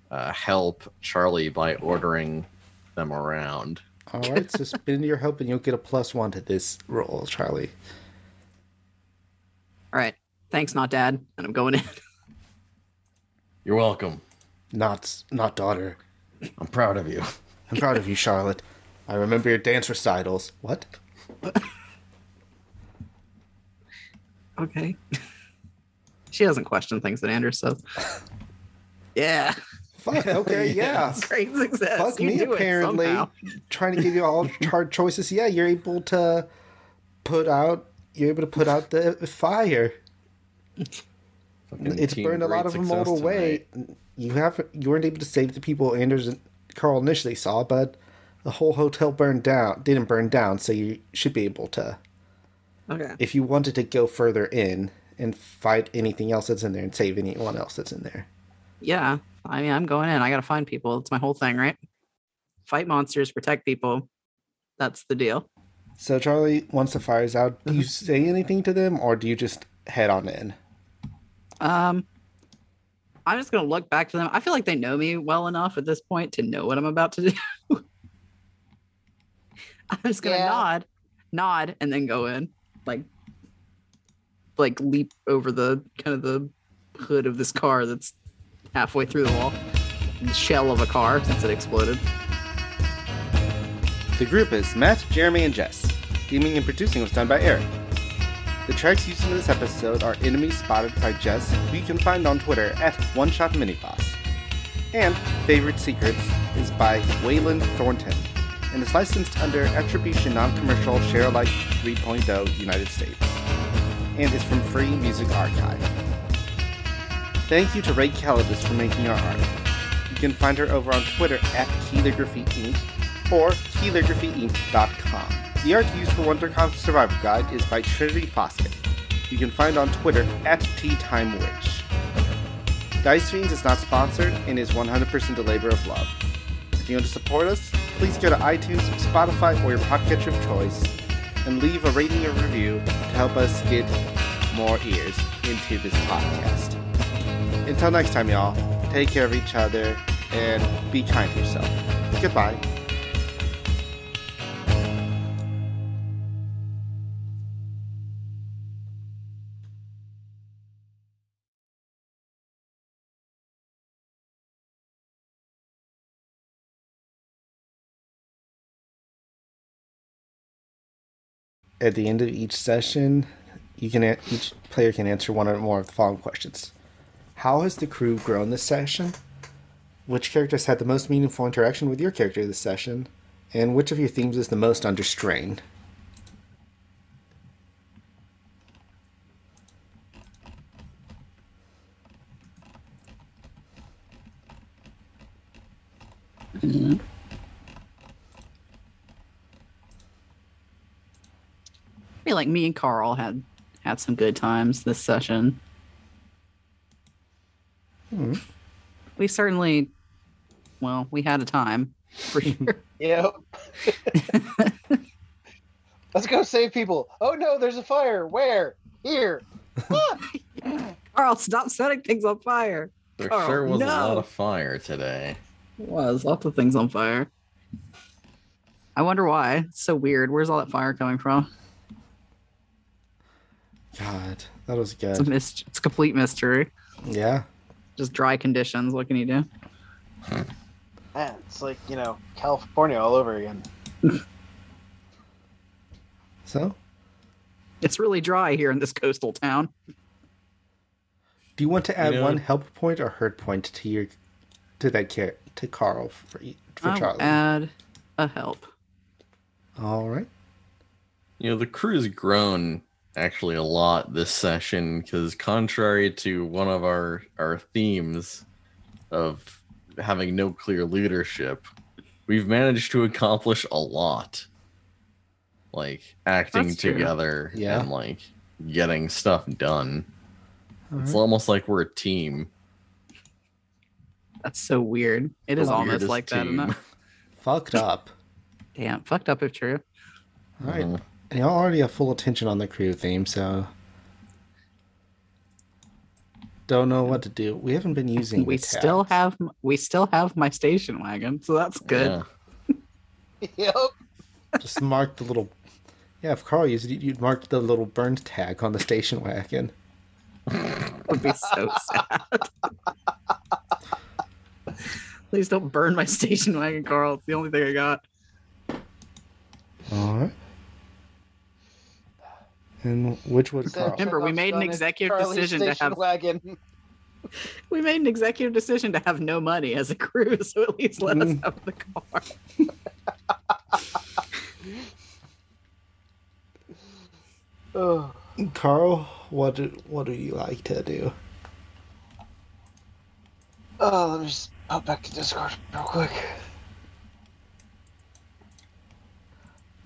uh, help Charlie by ordering them around.
All right, so spend your hope and you'll get a plus one to this roll, Charlie.
All right. Thanks, not dad. And I'm going in.
You're welcome.
Not, s- not daughter.
I'm proud of you.
I'm proud of you, Charlotte. I remember your dance recitals. What?
Okay. she doesn't question things that Anders says. Yeah.
Fuck. Okay, yeah.
Great success.
Fuck
You
me.
do it
Apparently,
somehow.
trying to give you all hard choices. Yeah, you're able to put out. You're able to put out the fire.
Fucking
it's
team
burned a lot
great
of them
success
all
tonight.
away. you have you weren't able to save the people Anders and Carl initially saw, but the whole hotel burned down didn't burn down, so you should be able to
Okay.
if you wanted to go further in and fight anything else that's in there and save anyone else that's in there.
Yeah. I mean, I'm going in. I got to find people. It's my whole thing, right? Fight monsters, protect people. That's the deal.
So Charlie, once the fire's out, do you say anything to them or do you just head on in?
Um, I'm just going to look back to them. I feel like they know me well enough at this point to know what I'm about to do. I'm just going to
Yeah.
nod, nod, and then go in. Like, like leap over the kind of the hood of this car that's halfway through the wall. The shell of a car since it exploded.
The group is Matt, Jeremy, and Jess. Gaming and producing was done by Eric. The tracks used in this episode are Enemy Spotted by Jess, who you can find on Twitter at One Shot Miniboss. And Favorite Secrets is by Waylon Thornton and is licensed under Attribution Non Commercial Share Alike 3.0 United States and is from Free Music Archive. Thank you to Ray Calidus for making our art. You can find her over on Twitter at Calligraphy Inc. or calligraphyinc.com. The art used for WonderCon Survivor Guide is by Trinity Foskett. You can find on Twitter at TeaTimeWitch. Dice Fiends is not sponsored and is 100% a labor of love. If you want to support us, please go to iTunes, Spotify, or your podcatcher of choice and leave a rating or review to help us get more ears into this podcast. Until next time, y'all, take care of each other and be kind to yourself. Goodbye. At the end of each session, you can a- each player can answer one or more of the following questions. How has the crew grown this session? Which characters had the most meaningful interaction with your character this session? And which of your themes is the most under strain?
I feel like me and Carl had had some good times this session. Hmm. We certainly, well, we had a time for sure.
Yep. Let's go save people. Oh no, there's a fire. Where? Here.
Carl, stop setting things on fire.
There
Carl,
sure was a lot
no.
of fire today.
was lots of things on fire. I wonder why. It's so weird. Where's all that fire coming from?
God, that was
It's a
good.
mist. It's a complete mystery.
Yeah.
Just dry conditions. What can you do?
Man, Ah, it's like, you know, California all over again.
So,
It's really dry here in this coastal town.
do you want to add
know-
one help point or hurt point to your to that care to Carl for e- for
I'll
Charlie?
add a help.
All right.
You know, the crew's grown actually a lot this session because, contrary to one of our our themes of having no clear leadership, we've managed to accomplish a lot. Like acting
That's true.
together
Yeah.
and like getting stuff done.
All
It's
right.
almost like we're a team.
That's so weird. It
The
is almost
weirdest
like that, isn't
team.
it?
Fucked up.
Damn, fucked up if true.
All right.
Mhm.
And y'all already have full attention on the crew theme, so don't know what to do. We haven't been using.
we
the
still
tabs.
have m- we still have my station wagon so that's good
Yeah.
Yep.
Just mark the little. Yeah, if Carl used it, you'd mark the little burned tag on the station wagon.
would be so sad please don't burn my station wagon carl it's the only thing i got
All right. And which would
Instead of
Carl?
Remember, we
Chekhov's
made an
gun, it's
executive
Charlie's
decision to
station
have-
wagon.
we made an executive decision to have no money as a crew so at least let us
Mm.
have the car
Ugh.
Carl, what do, what do you like to do?
Oh, Oh, let me just hop back to Discord real quick.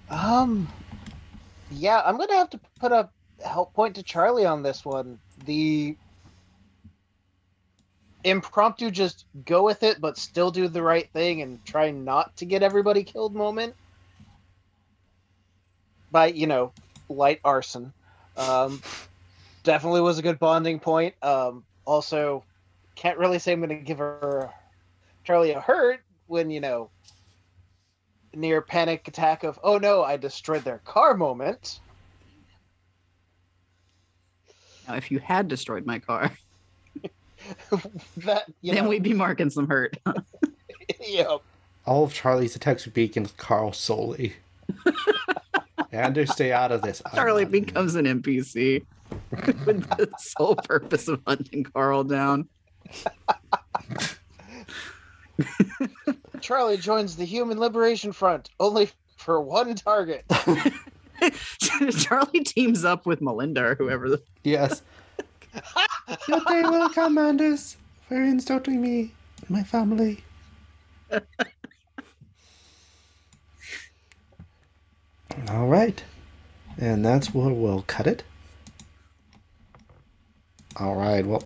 Um, yeah, I'm gonna have to put a help point to Charlie on this one. The impromptu, just go with it, but still do the right thing and try not to get everybody killed moment by you know light arson. Um, definitely was a good bonding point. Um, also, can't really say I'm going to give her Charlie a hurt when you know near panic attack of oh no I destroyed their car moment.
Now, if you had destroyed my car,
That you
then
know,
we'd be marking some hurt.
yeah,
All of Charlie's attacks would be against Carl solely. Anders, stay out of this. I'm
Charlie
not-
becomes an NPC with the sole purpose of hunting Carl down.
Charlie joins the Human Liberation Front only for one target.
Charlie teams up with Melinda or whoever the
Yes. Your day will come, Anders. For insulting me and my family. All right. And that's where we'll cut it. All right. Well,